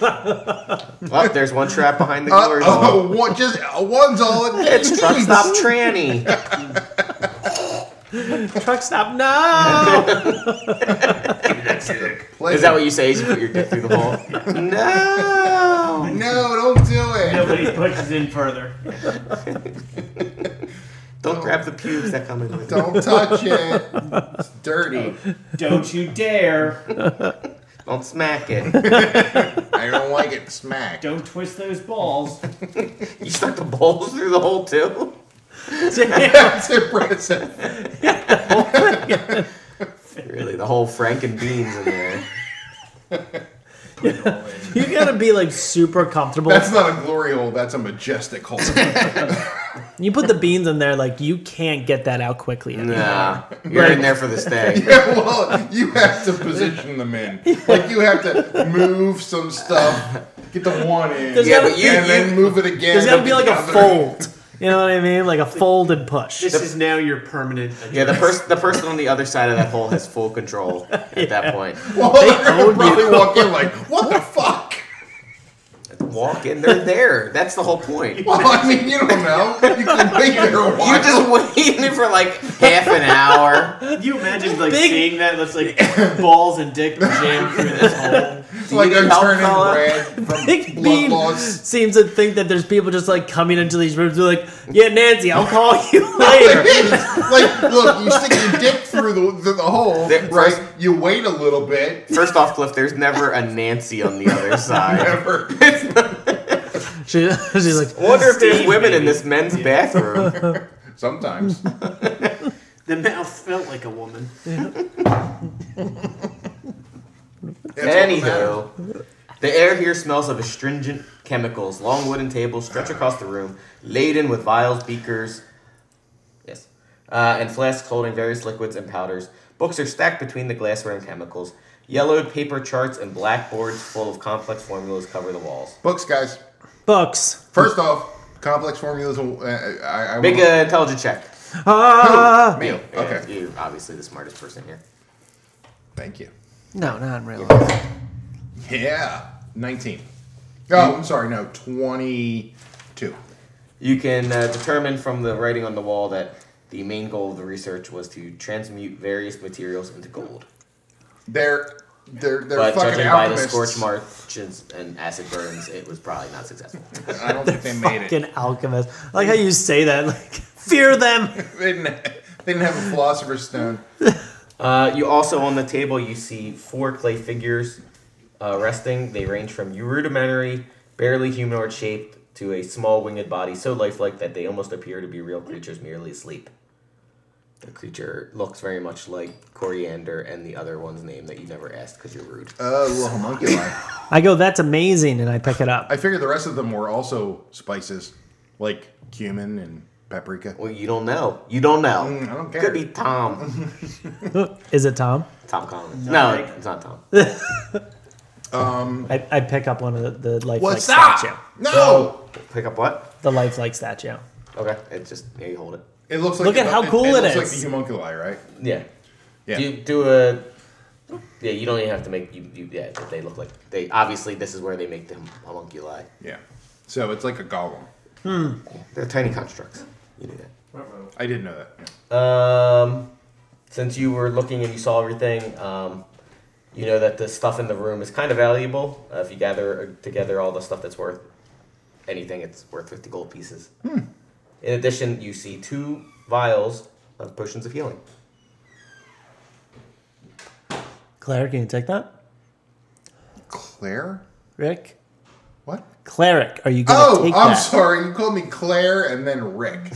Speaker 2: Oh, there's one trap behind the
Speaker 3: Uh,
Speaker 2: door.
Speaker 3: oh, one, just uh, one's all it
Speaker 2: It's truck stop tranny.
Speaker 4: Truck stop. No.
Speaker 2: Is that what you say? Is you put your dick through the hole? no.
Speaker 3: No, don't do it.
Speaker 5: Nobody pushes in further.
Speaker 2: Don't grab the pubes that come in with it.
Speaker 3: Don't touch it. It's dirty.
Speaker 5: Don't you dare.
Speaker 2: Don't smack it.
Speaker 3: I don't like it smacked.
Speaker 5: Don't twist those balls.
Speaker 2: You stuck the balls through the hole too.
Speaker 4: Damn.
Speaker 3: That's impressive.
Speaker 2: Really, the whole Frank and beans in there.
Speaker 4: you gotta be like super comfortable.
Speaker 3: That's not a glory hole. That's a majestic hole.
Speaker 4: You put the beans in there, like you can't get that out quickly.
Speaker 2: Nah, you're
Speaker 4: Right.
Speaker 2: in there for the stay.
Speaker 3: well, you have to position them in. Like you have to move some stuff. Get the one in.
Speaker 4: There's
Speaker 2: Yeah,
Speaker 4: gotta-
Speaker 2: but you,
Speaker 3: and then
Speaker 2: you
Speaker 3: move it again.
Speaker 4: There's gotta
Speaker 3: up
Speaker 4: be like a
Speaker 3: together.
Speaker 4: fold. You know what I mean? Like a folded push.
Speaker 5: This is now your permanent.
Speaker 2: yeah, the person the person on the other side of that hole has full control at that point.
Speaker 3: Well, they're gonna probably walk in like, what the fuck?
Speaker 2: Walk in, they're there. That's the whole point. You
Speaker 3: Well, I mean, you don't know. You can wait there a while.
Speaker 2: just waiting for like half an hour.
Speaker 5: Can you imagine like
Speaker 4: Big-
Speaker 5: seeing that? That's like balls and dick jammed through this hole.
Speaker 3: It's like
Speaker 2: You
Speaker 3: I'm
Speaker 2: help,
Speaker 3: turning
Speaker 2: fella?
Speaker 3: red from
Speaker 4: Big
Speaker 3: blood
Speaker 4: Bean
Speaker 3: loss.
Speaker 4: seems to think that there's people just like coming into these rooms. They're like, "Yeah, Nancy, I'll call you later."
Speaker 3: like, look, you stick your dick through the, the, the hole,
Speaker 2: There-
Speaker 3: right?
Speaker 2: first-
Speaker 3: you wait a little bit.
Speaker 2: First off, Cliff, there's never a Nancy on the other side.
Speaker 3: Ever.
Speaker 4: She, she's like,
Speaker 2: I wonder if there's
Speaker 5: Steve,
Speaker 2: women in
Speaker 5: maybe.
Speaker 2: this men's bathroom.
Speaker 3: Sometimes.
Speaker 5: The mouth felt like a woman.
Speaker 3: That's all that matters.
Speaker 2: Anywho, the air here smells of astringent chemicals. Long wooden tables stretch across the room, laden with vials, beakers, yes, uh, and flasks holding various liquids and powders. Books are stacked between the glassware and chemicals. Yellowed paper charts and blackboards full of complex formulas cover the walls.
Speaker 3: Books, guys.
Speaker 4: "Books."
Speaker 3: First off, complex formulas. and- Uh, I, I
Speaker 2: Make an intelligence check.
Speaker 4: Ah,
Speaker 3: Me.
Speaker 2: Yeah,
Speaker 3: Okay.
Speaker 2: You're obviously the smartest person here.
Speaker 3: Thank you.
Speaker 4: no, not in real.
Speaker 3: Yeah. 19. Oh, I'm sorry. No, 22.
Speaker 2: You can uh, determine from the writing on the wall that the main goal of the research was to transmute various materials into gold.
Speaker 3: They're they're they're
Speaker 2: But
Speaker 3: fucking
Speaker 2: judging by the
Speaker 3: alchemists.
Speaker 2: scorch marches and acid burns, it was probably not successful.
Speaker 3: I don't think they made it.
Speaker 4: Fucking alchemist. I like how you say that. Like, fear them.
Speaker 3: They didn't, they didn't have a philosopher's stone.
Speaker 2: Uh, you also on the table you see four clay figures uh, resting. They range from rudimentary, barely humanoid shaped to a small winged body so lifelike that they almost appear to be real creatures merely asleep. The creature looks very much like Coriander and the other one's name that you never asked because you're rude.
Speaker 3: Uh, little homunculi.
Speaker 4: I go, that's amazing, and I pick it up.
Speaker 3: I figured the rest of them were also spices, like cumin and paprika.
Speaker 2: Well, you don't know. You don't know.
Speaker 3: Mm, I don't care.
Speaker 2: Could be Tom.
Speaker 4: Is it Tom?
Speaker 2: Tom Collins. No,
Speaker 5: No,
Speaker 2: it's not Tom.
Speaker 4: I, I pick up one of the, the lifelike
Speaker 3: What's up?
Speaker 4: statue.
Speaker 3: No,
Speaker 2: So- Pick up what?
Speaker 4: The lifelike statue.
Speaker 2: Okay, it's just yeah, you hold it.
Speaker 3: it looks like
Speaker 4: Look at how cool
Speaker 3: it
Speaker 4: it
Speaker 3: looks Like
Speaker 4: is.
Speaker 3: the homunculi, right?
Speaker 2: Yeah.
Speaker 3: Yeah.
Speaker 2: You do a. Yeah, you don't even have to make you. you yeah, they look like they. Obviously, this is where they make them homunculi.
Speaker 3: yeah. So it's like a golem.
Speaker 2: They're tiny constructs. You knew that.
Speaker 3: I didn't know that. Yeah.
Speaker 2: Um, since you were looking and you saw everything, um, you know that the stuff in the room is kind of valuable. Uh, if you gather together all the stuff that's worth anything, it's worth 50 gold pieces. In addition, you see two vials of potions of healing.
Speaker 4: Claire, can you take that?
Speaker 3: Claire?
Speaker 4: Rick?
Speaker 3: What?
Speaker 4: Cleric, are you going to
Speaker 3: Oh,
Speaker 4: take
Speaker 3: I'm
Speaker 4: that?
Speaker 3: sorry. You called me Claire and then Rick.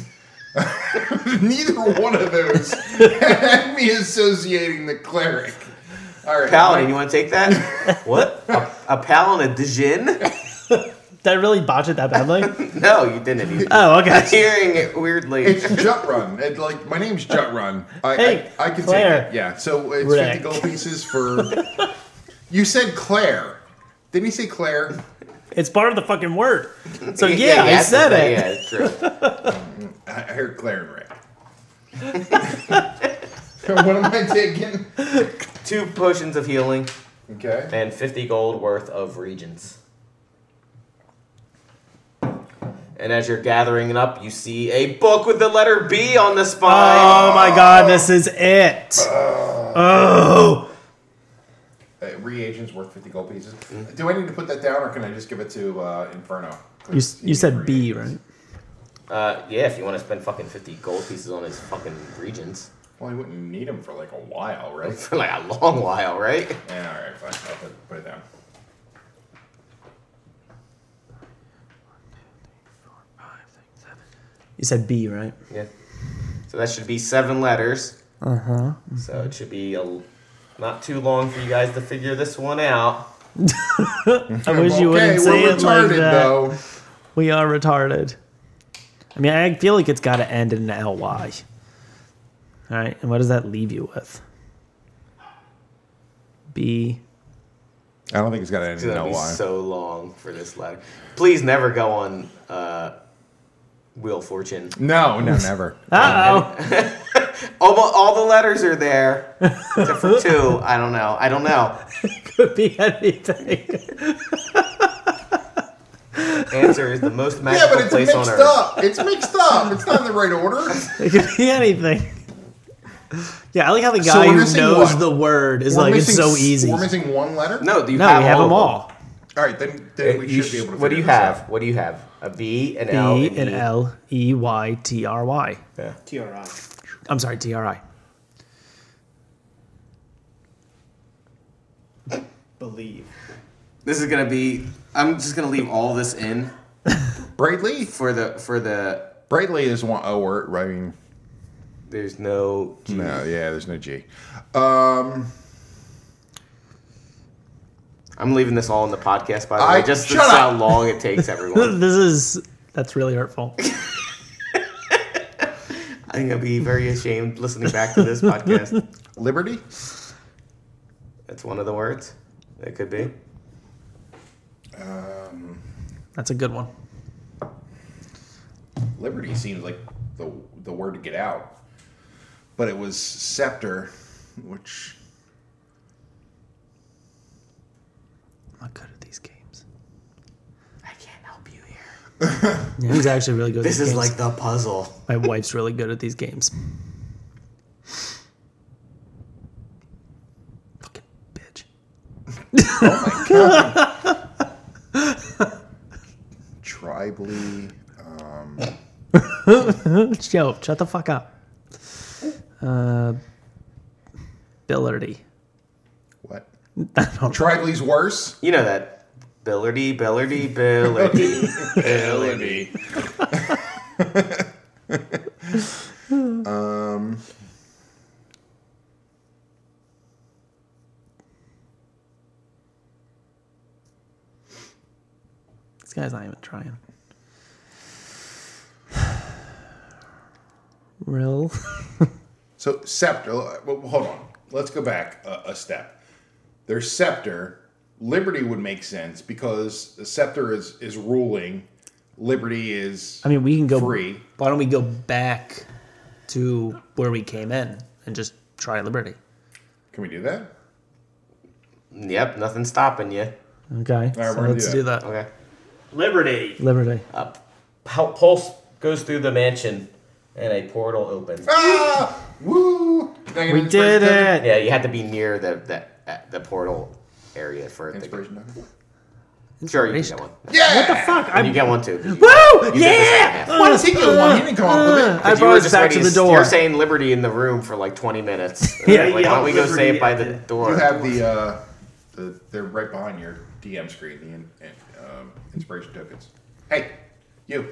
Speaker 3: Neither one of those had me associating the cleric. All right.
Speaker 2: Paladin, you want to take that? what? A, a pal and a djinn?
Speaker 4: Did I really botch it that badly?
Speaker 2: No, you didn't. You-
Speaker 4: oh, okay.
Speaker 2: I'm hearing it weirdly.
Speaker 3: It's Jut Run. It, like my name's Jut Run. I,
Speaker 4: Hey,
Speaker 3: I, I can
Speaker 4: Claire.
Speaker 3: take it. Yeah. So it's fifty
Speaker 4: Rick.
Speaker 3: gold pieces for. you said Claire. Didn't you say Claire?
Speaker 4: It's part of the fucking word. So
Speaker 2: You-
Speaker 4: yeah,
Speaker 2: you
Speaker 4: I
Speaker 2: have to
Speaker 4: said
Speaker 2: say,
Speaker 4: it.
Speaker 2: Yeah, it's true.
Speaker 3: I I heard Claire and Rick. So what am I taking?
Speaker 2: Two potions of healing
Speaker 3: Okay.
Speaker 2: and 50 gold worth of regents. And as you're gathering it up, you see a book with the letter B on the spine.
Speaker 4: Oh my god, this is it. Oh,
Speaker 3: Uh, reagents worth fifty gold pieces.
Speaker 4: Mm-hmm.
Speaker 3: Do I need to put that down, or can I just give it to uh, Inferno?
Speaker 4: you, s- you said B, right?
Speaker 2: Uh, yeah, if you want to spend fucking 50 gold pieces on his fucking regents
Speaker 3: Well, I wouldn't need them for like a while, right?
Speaker 2: for like a long while, right?
Speaker 3: Yeah. All right. Fine. I'll put, put it down.
Speaker 4: You said B, right?
Speaker 2: Yeah. So that should be seven letters.
Speaker 4: Uh-huh.
Speaker 2: Uh huh. So it should be a, not too long for you guys to figure this one out.
Speaker 4: I wish you wouldn't say it like that.
Speaker 3: though.
Speaker 4: We are retarded. I mean, I feel like it's got to end in an ly. All right, and what does that leave you with? B.
Speaker 3: I don't think it's got any
Speaker 2: It's gonna
Speaker 3: no
Speaker 2: be
Speaker 3: why.
Speaker 2: so long for this letter. Please never go on uh, Wheel of Fortune.
Speaker 3: no, no, never.
Speaker 4: Uh oh.
Speaker 2: Almost all the letters are there, except for two. I don't know. I don't know.
Speaker 4: Could be anything.
Speaker 2: Answer is the most
Speaker 3: Yeah,
Speaker 2: magical
Speaker 3: but it's
Speaker 2: place on
Speaker 3: mixed
Speaker 2: earth.
Speaker 3: up. It's mixed up. It's not in the right order.
Speaker 4: It could be anything. Yeah, I like how the
Speaker 3: So
Speaker 4: guy
Speaker 3: we're
Speaker 4: who
Speaker 3: missing
Speaker 4: knows
Speaker 3: one.
Speaker 4: the word is
Speaker 3: We're
Speaker 4: like, it's
Speaker 3: missing
Speaker 4: so
Speaker 3: s-
Speaker 4: easy.
Speaker 3: We're missing one letter.
Speaker 2: No, do you
Speaker 4: no,
Speaker 2: have
Speaker 4: we have
Speaker 2: all
Speaker 4: them
Speaker 2: of
Speaker 4: all.
Speaker 3: All right, then, then we
Speaker 2: You
Speaker 3: should be
Speaker 2: sh-
Speaker 3: able to.
Speaker 2: what do you
Speaker 3: figure this
Speaker 2: have?
Speaker 3: out.
Speaker 2: What do you have? A B, an L,
Speaker 4: B
Speaker 2: an
Speaker 4: and
Speaker 2: E.
Speaker 4: L E Y T R Y.
Speaker 5: TRI.
Speaker 4: I'm sorry, T R I.
Speaker 5: Believe.
Speaker 2: This is gonna be. I'm just gonna leave all this in
Speaker 3: Brightly.
Speaker 2: for the for the.
Speaker 3: Brightly is one O word. I mean,
Speaker 2: There's no.
Speaker 3: no, yeah. There's no G. Um,
Speaker 2: I'm leaving this all in the podcast. By the way,
Speaker 3: I-
Speaker 2: just to
Speaker 3: shut up.
Speaker 2: how long it takes everyone.
Speaker 4: This is that's really hurtful.
Speaker 2: I'm gonna be very ashamed listening back to this podcast.
Speaker 3: Liberty.
Speaker 2: That's one of the words. It could be.
Speaker 3: Um,
Speaker 4: That's a good one.
Speaker 3: Liberty seems like the the word to get out, but it was scepter, which
Speaker 4: not good at these games. I can't help you here. he's actually really good.
Speaker 2: This
Speaker 4: at these
Speaker 2: is
Speaker 4: games.
Speaker 2: like the puzzle.
Speaker 4: my wife's really good at these games. Fucking bitch.
Speaker 3: Tribally.
Speaker 4: Yo, shut the fuck up. Uh, Billardy.
Speaker 3: What?
Speaker 4: I don't
Speaker 3: Tribly's worse?
Speaker 2: You know that. Billardy, billardy, billardy.
Speaker 3: Ability. um.
Speaker 4: This guy's not even trying. Real.
Speaker 3: So scepter. Well, hold on. Let's go back a, a step. There's scepter. Liberty would make sense because the scepter is is ruling. Liberty is.
Speaker 4: I mean, we can go.
Speaker 3: Free.
Speaker 4: Why don't we go back to where we came in and just try Liberty?
Speaker 3: Can we do that?
Speaker 2: yep, nothing's stopping you.
Speaker 4: Okay.
Speaker 3: we're
Speaker 4: so
Speaker 3: gonna do
Speaker 4: let's
Speaker 3: that.
Speaker 4: do that.
Speaker 2: Okay.
Speaker 1: Liberty.
Speaker 4: Liberty.
Speaker 2: Uh, pul- pulse goes through the mansion, and a portal opens.
Speaker 3: Ah! Woo! Negative
Speaker 4: We
Speaker 3: inspiration
Speaker 4: did
Speaker 3: token?
Speaker 4: it.
Speaker 2: Yeah, you had to be near the the, uh, the portal area for it. To
Speaker 3: Inspiration token.
Speaker 2: sure, you can get one.
Speaker 3: Yeah. What the
Speaker 4: Fuck.
Speaker 2: And
Speaker 4: I'm.
Speaker 2: you get one too. 'cause You,
Speaker 4: Woo!
Speaker 2: you did the second
Speaker 4: Yeah.
Speaker 2: half.
Speaker 3: Why does he get one? He didn't come up with it.
Speaker 4: I
Speaker 2: 'Cause you
Speaker 4: brought
Speaker 2: were
Speaker 4: us
Speaker 2: just
Speaker 4: back to
Speaker 2: ready-
Speaker 4: the door.
Speaker 2: You're saying liberty in the room for like 20 minutes.
Speaker 4: Yeah,
Speaker 2: like,
Speaker 4: yeah.
Speaker 2: Why don't we go
Speaker 5: Liberty
Speaker 2: say it by
Speaker 5: and
Speaker 2: the
Speaker 5: then-
Speaker 2: door?
Speaker 3: You have the uh, the they're right behind your DM screen. The in, in- um, inspiration tokens. Hey, you,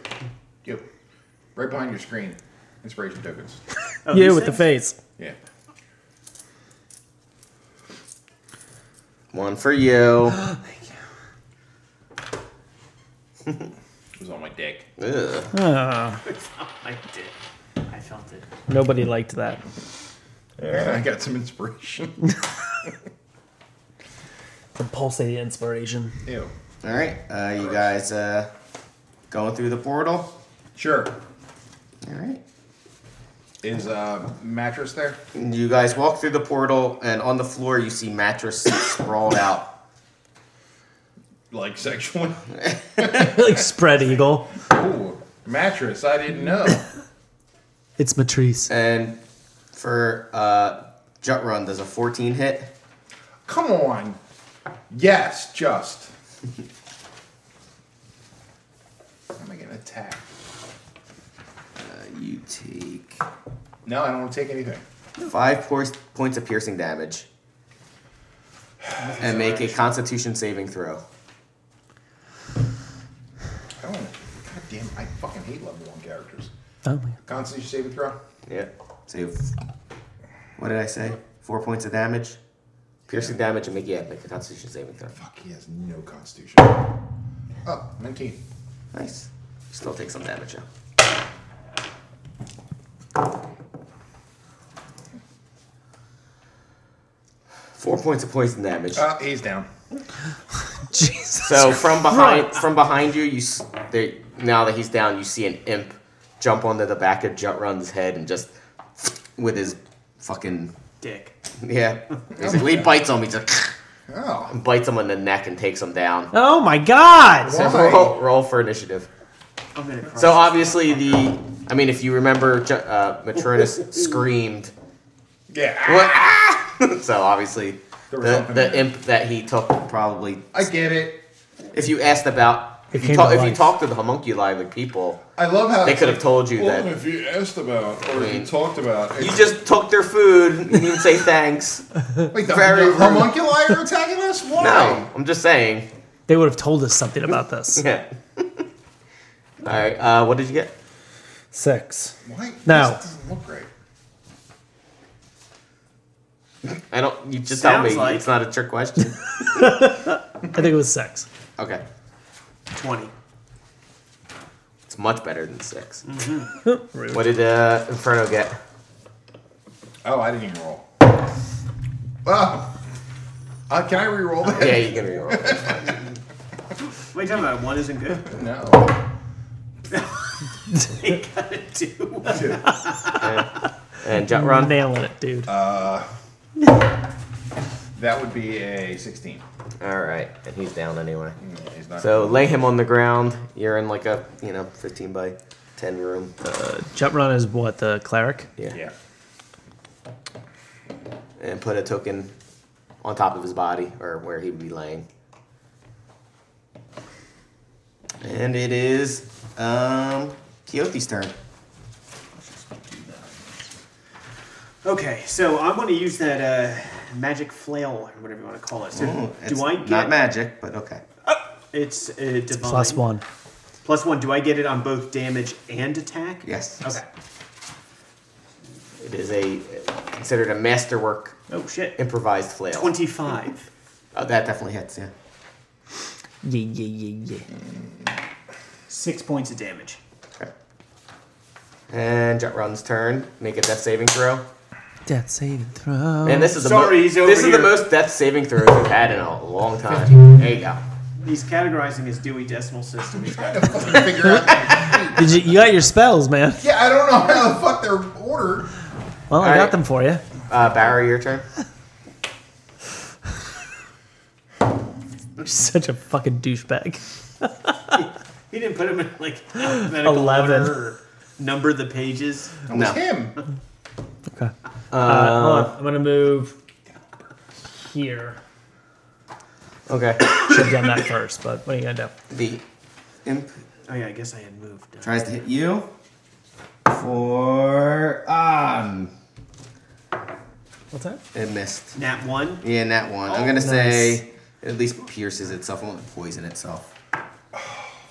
Speaker 3: you, right behind your screen. Inspiration tokens.
Speaker 5: Oh,
Speaker 4: You
Speaker 5: these
Speaker 4: with the
Speaker 5: things?
Speaker 4: face.
Speaker 3: Yeah.
Speaker 2: One for you.
Speaker 3: It was on my dick.
Speaker 2: Ugh.
Speaker 4: Ah,
Speaker 5: I did. I felt it.
Speaker 4: nobody liked that.
Speaker 3: And I got some inspiration.
Speaker 4: The pulsating inspiration.
Speaker 3: Ew.
Speaker 6: All right, uh, you guys uh, going through the portal?
Speaker 3: Sure.
Speaker 6: All right.
Speaker 3: Is uh mattress there?
Speaker 6: You guys walk through the portal, and on the floor you see mattress sprawled out.
Speaker 3: Like sexually?
Speaker 4: like spread eagle.
Speaker 3: Ooh, mattress. I didn't know.
Speaker 4: It's Matrice.
Speaker 6: And for uh, Jut Run, does a 14 hit?
Speaker 3: Come on. Yes, just. I'm gonna attack.
Speaker 6: Uh, you take
Speaker 3: No, I don't want to take anything.
Speaker 6: five por- points of piercing damage. And make a constitution saving throw.
Speaker 3: I don't. want to God damn! I fucking hate level one characters.
Speaker 4: Oh my god.
Speaker 3: Constitution saving throw.
Speaker 6: Yeah. Save. What did I say? Four points of damage?
Speaker 2: Piercing damage and make yeah, make a Constitution saving throw.
Speaker 3: Fuck, he has no constitution. Oh, 19.
Speaker 6: Nice. Still take some damage though.
Speaker 2: Four points of poison damage.
Speaker 3: Uh, he's down.
Speaker 4: Jesus.
Speaker 2: So from behind, from behind you, you s- they, now that he's down, you see an imp jump onto the back of Jut Run's head and just with his fucking
Speaker 5: Dick.
Speaker 2: yeah, basically he bites him. He just
Speaker 3: Oh,
Speaker 2: bites him on the neck and takes him down.
Speaker 4: Oh my god!
Speaker 2: So
Speaker 3: Why?
Speaker 2: roll, roll for initiative.
Speaker 5: I'm gonna cry.
Speaker 2: So obviously the, I mean, if you remember, Ju- uh, Matronus screamed.
Speaker 3: yeah.
Speaker 2: "What? Ah!" so obviously
Speaker 3: There was
Speaker 2: the,
Speaker 3: something
Speaker 2: the
Speaker 3: there.
Speaker 2: imp that he took probably
Speaker 3: I get it.
Speaker 2: if you asked about
Speaker 4: It
Speaker 2: if you,
Speaker 4: came
Speaker 2: talk,
Speaker 4: to
Speaker 2: if you
Speaker 4: life.
Speaker 2: talked to the homunculi like people
Speaker 3: I love how
Speaker 2: They
Speaker 3: it's
Speaker 2: could've
Speaker 3: like,
Speaker 2: told you
Speaker 3: well,
Speaker 2: that-
Speaker 3: if you asked about or if you
Speaker 2: mean,
Speaker 3: talked about.
Speaker 2: you
Speaker 3: it's-
Speaker 2: just took their food you didn't even say thanks
Speaker 3: wait, the,
Speaker 2: very
Speaker 3: the
Speaker 2: rude.
Speaker 3: homunculi are attacking us. Why?
Speaker 2: no i'm just saying
Speaker 4: They would have told us something about this.
Speaker 2: yeah all right uh, what did you get
Speaker 4: Six.
Speaker 3: Why?
Speaker 4: No.
Speaker 3: This doesn't look right.
Speaker 2: i don't you just tell me
Speaker 5: Sounds like-
Speaker 2: it's not a trick question
Speaker 4: I think it was six.
Speaker 2: okay
Speaker 5: 20.
Speaker 2: it's much better than 6 what did uh, inferno get
Speaker 3: Oh, I didn't even roll. Oh. Uh, can I re-roll that?
Speaker 2: yeah you can re-roll it.
Speaker 5: Wait, talking about one isn't good.
Speaker 3: No.
Speaker 5: they got a two.
Speaker 2: and jut run
Speaker 3: Uh,
Speaker 4: Nailing it, dude.
Speaker 3: That would be a 16.
Speaker 2: All right, and he's down anyway.
Speaker 3: He's not
Speaker 2: So lay him on the ground. You're in like a you know 15 by 10 room.
Speaker 4: Jump run is what the cleric.
Speaker 2: Yeah.
Speaker 3: yeah.
Speaker 2: And put a token on top of his body or where he would be laying.
Speaker 6: And it is um Keothi's turn.
Speaker 5: Okay, so I'm going to use that uh, magic flail or whatever you want to call it. So
Speaker 6: Ooh, it's
Speaker 5: do I get
Speaker 6: not magic, but okay.
Speaker 5: It's uh, divine.
Speaker 4: Plus one.
Speaker 5: Plus one. Do I get it on both damage and attack?
Speaker 6: Yes.
Speaker 5: Okay.
Speaker 2: It is a considered a masterwork
Speaker 5: Oh shit.
Speaker 2: improvised flail.
Speaker 5: Twenty-five.
Speaker 2: Oh, that definitely hits. Yeah.
Speaker 4: Yeah, yeah, yeah, yeah.
Speaker 5: Six points of damage.
Speaker 2: Okay. And Jut Run's turn. Make a death saving throw.
Speaker 4: Death saving throw.
Speaker 2: And this is the
Speaker 5: Sorry,
Speaker 2: mo-
Speaker 5: he's over
Speaker 2: this is
Speaker 5: here.
Speaker 2: the most death saving throws we've had in a long time. There you go.
Speaker 5: He's categorizing his Dewey Decimal System. He's got
Speaker 3: Trying to fucking figure out.
Speaker 4: Did you, you got your spells, man.
Speaker 3: yeah, I don't know how the fuck they're ordered.
Speaker 4: Well, I
Speaker 2: All
Speaker 4: got
Speaker 2: right.
Speaker 4: them for you.
Speaker 2: Uh, Barry, your turn.
Speaker 4: You're such a fucking douchebag.
Speaker 5: He didn't put him in like alphabetical
Speaker 4: 11.
Speaker 5: order or number the pages.
Speaker 3: It was him.
Speaker 4: Okay. Uh, hold on. I'm gonna move here.
Speaker 2: Okay.
Speaker 4: Should have done that first, but what are you gonna do?
Speaker 2: The
Speaker 6: Imp
Speaker 5: Oh yeah, I guess I had moved.
Speaker 6: tries to hit you for um
Speaker 4: What's that?
Speaker 6: it missed.
Speaker 5: Nat one.
Speaker 6: Yeah, and that
Speaker 2: Oh,
Speaker 6: one. I'm gonna say it at least pierces itself, won't poison itself.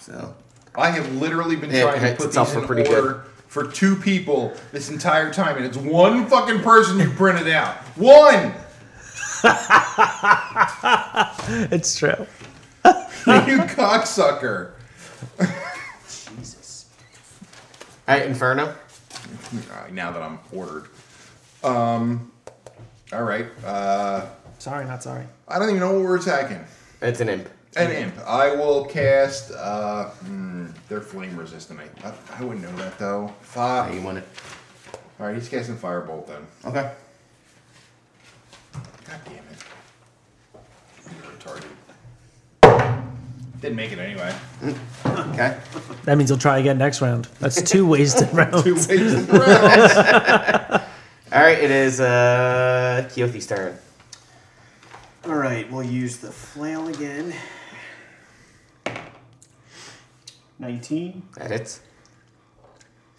Speaker 6: So
Speaker 3: I have literally been
Speaker 2: Yeah,
Speaker 3: trying to
Speaker 2: it's
Speaker 3: put
Speaker 2: up
Speaker 3: these
Speaker 2: for
Speaker 3: in
Speaker 2: pretty
Speaker 3: order
Speaker 2: good.
Speaker 3: for two people this entire time, and it's one fucking person you printed out. One.
Speaker 4: It's true.
Speaker 3: you cocksucker.
Speaker 5: Jesus.
Speaker 2: all right, Inferno.
Speaker 3: All right, now that I'm ordered. Um. All right. Uh,
Speaker 5: Sorry, not sorry.
Speaker 3: I don't even know what we're attacking.
Speaker 2: It's an imp.
Speaker 3: An imp. I will cast. Uh, hmm, they're flame resistant. I, I, I wouldn't know that though.
Speaker 6: oh, you
Speaker 3: Five.
Speaker 6: want it.
Speaker 3: All right, he's casting firebolt then.
Speaker 6: Okay.
Speaker 3: God damn it. You're retarded. Didn't make it anyway.
Speaker 6: Okay.
Speaker 4: That means you'll try again next round. That's two wasted rounds.
Speaker 3: Two ways in the round.
Speaker 2: All right, it is uh, Keothi's turn.
Speaker 5: All right, we'll use the flail again. Nineteen.
Speaker 2: That hits.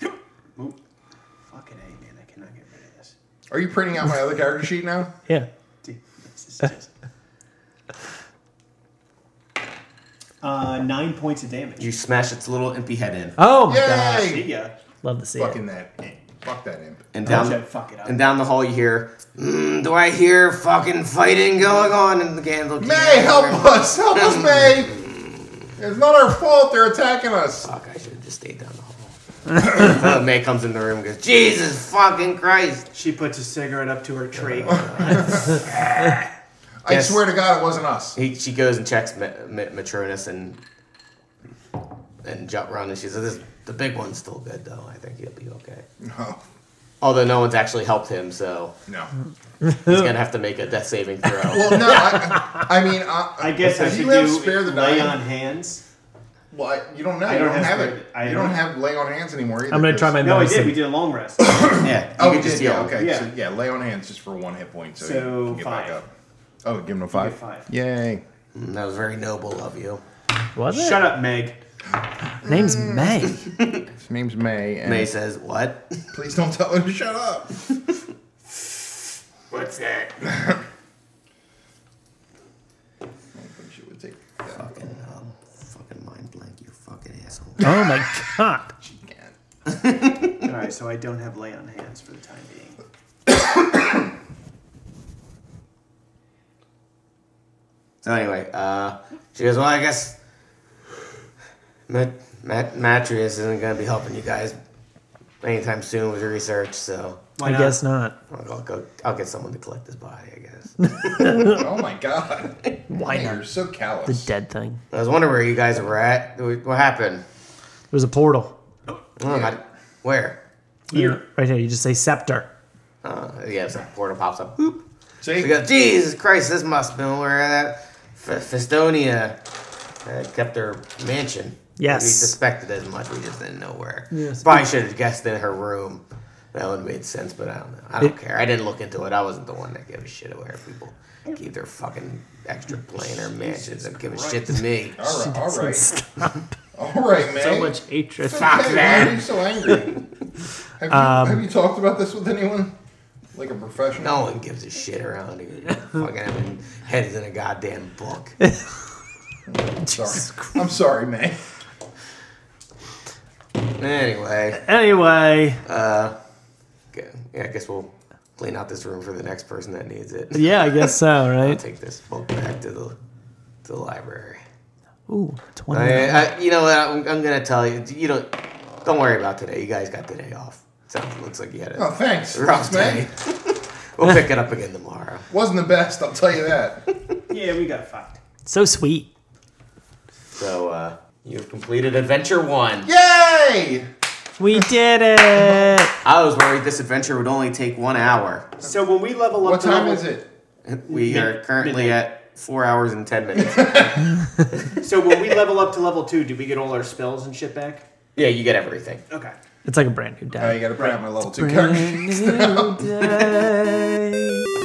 Speaker 5: Oop. Fucking A, man. I cannot get rid of this.
Speaker 3: Are you printing out my other character sheet now?
Speaker 4: Yeah.
Speaker 5: Dude, this is just. Uh, nine points of damage.
Speaker 6: You smash its little impy head in.
Speaker 4: Oh my god.
Speaker 5: See
Speaker 3: Yay!
Speaker 5: ya.
Speaker 4: Love to see
Speaker 3: Fucking
Speaker 4: it.
Speaker 3: that imp. Fuck that imp.
Speaker 6: And
Speaker 5: Don't
Speaker 6: down
Speaker 5: you fuck it up.
Speaker 2: And down the hall, you hear, mm, "Do I hear fucking fighting going on in the candle?"
Speaker 3: May, help us! Help us, May! It's not our fault they're attacking us.
Speaker 2: Fuck! I should have just stayed down the hall. uh, May comes in the room and goes, "Jesus fucking Christ!"
Speaker 5: She puts a cigarette up to her
Speaker 3: Uh,
Speaker 5: trach.
Speaker 3: I
Speaker 2: Yes.
Speaker 3: swear to God, it wasn't us.
Speaker 2: He, she goes and checks Ma- Ma- Matronus and and jump run, and she says, this, "The big one's still good though. I think he'll be okay."
Speaker 3: No,
Speaker 2: Although no one's actually helped him, so
Speaker 3: no.
Speaker 2: he's gonna have to make a death saving throw.
Speaker 3: Well, no. I, I mean, I,
Speaker 5: I guess
Speaker 3: if
Speaker 5: I should
Speaker 3: you have
Speaker 5: do
Speaker 3: spare the
Speaker 5: lay
Speaker 3: dying-
Speaker 5: on hands.
Speaker 3: Well, I, you don't know.
Speaker 5: I
Speaker 3: you
Speaker 5: don't
Speaker 3: don't
Speaker 5: have
Speaker 3: have
Speaker 5: spare-
Speaker 3: it.
Speaker 5: I
Speaker 3: you
Speaker 5: don't-
Speaker 3: don't have lay on hands anymore. Either
Speaker 4: I'm gonna try my
Speaker 5: No, I
Speaker 4: medicine.
Speaker 5: did. We did a long rest.
Speaker 6: yeah.
Speaker 3: Oh,
Speaker 6: you
Speaker 3: we
Speaker 6: can
Speaker 3: did.
Speaker 6: just
Speaker 3: Yeah.
Speaker 6: heal.
Speaker 3: Okay.
Speaker 5: Yeah.
Speaker 3: So, yeah. Lay on hands just for one hit point. So,
Speaker 5: So,
Speaker 3: you can get
Speaker 5: five.
Speaker 3: back up. Oh, give him a five.
Speaker 5: five.
Speaker 3: Yay.
Speaker 2: Mm, that was very noble of you.
Speaker 4: Was it?
Speaker 5: Shut up, Meg.
Speaker 4: Name's May.
Speaker 3: His name's May. And
Speaker 2: May says, "What?"
Speaker 3: Please don't tell him to shut up.
Speaker 2: What's that?
Speaker 3: She would take that.
Speaker 6: Fucking, um, fucking mind blank, you fucking asshole.
Speaker 4: Oh my god.
Speaker 3: She can't.
Speaker 5: All right, so I don't have lay on hands for the time being.
Speaker 2: So anyway, uh, she goes, "Well, I guess Mat- Mat- Matrius isn't gonna be helping you guys anytime soon with your research, so
Speaker 5: Why
Speaker 4: I
Speaker 5: not?
Speaker 4: guess not.
Speaker 2: I'll go- go. I'll get someone to collect his body. I guess.
Speaker 3: Oh my god.
Speaker 4: Why
Speaker 3: Man, You're
Speaker 4: not?
Speaker 3: so callous.
Speaker 4: The dead thing.
Speaker 2: I was wondering where you guys were at. What happened?
Speaker 4: It was a portal.
Speaker 2: Oh, I- where?
Speaker 4: Here. Right here. You just say scepter.
Speaker 2: Oh, Uh, yeah, it's like portal pops up. Boop.
Speaker 3: See?
Speaker 2: We go, Jesus Christ, this must have been where that F- Festonia uh, kept her mansion.
Speaker 4: Yes.
Speaker 2: We suspected as much. We just didn't know where.
Speaker 4: Yes.
Speaker 2: Probably should have guessed in her room. That would have made sense, but I don't know. I don't care. I didn't look into it. I wasn't the one that gave a shit where people keep their fucking extra plane or mansions and give a shit to me.
Speaker 3: All right, all right, all right, man.
Speaker 4: So much hatred.
Speaker 3: Fuck Why are you so angry? have, you, have you talked about this with anyone? Like a professional?
Speaker 2: No one gives a shit around here. fucking having heads in a goddamn book.
Speaker 3: sorry. I'm sorry, man.
Speaker 2: Anyway,
Speaker 4: Anyway,
Speaker 2: uh, g- yeah, I guess we'll clean out this room for the next person that needs it.
Speaker 4: yeah, I guess so,
Speaker 2: I'll
Speaker 4: right?
Speaker 2: take this book back to the to the library.
Speaker 4: Ooh, 20.
Speaker 2: I, I, you know what? I'm, I'm gonna tell you. You don't don't worry about today. You guys got today off. Sounds looks like you had
Speaker 3: Oh,
Speaker 2: a
Speaker 3: thanks.
Speaker 2: rough
Speaker 3: Thanks,
Speaker 2: day.
Speaker 3: man.
Speaker 2: we'll pick it up again tomorrow.
Speaker 3: Wasn't the best, I'll tell you that.
Speaker 5: Yeah, we got fucked.
Speaker 4: So sweet.
Speaker 2: So uh, you've completed adventure one.
Speaker 3: Yay!
Speaker 4: We did it.
Speaker 2: I was worried this adventure would only take one hour.
Speaker 5: So when we level up,
Speaker 3: What
Speaker 5: to
Speaker 3: time
Speaker 5: level-
Speaker 3: is it?
Speaker 2: We are currently at four hours and ten minutes.
Speaker 5: So when we level up to level two, do we get all our spells and shit back?
Speaker 2: yeah, you get everything.
Speaker 5: Okay.
Speaker 4: It's like a brand new
Speaker 3: I
Speaker 4: day.
Speaker 3: gotta print out my level two character.
Speaker 4: Brand new day.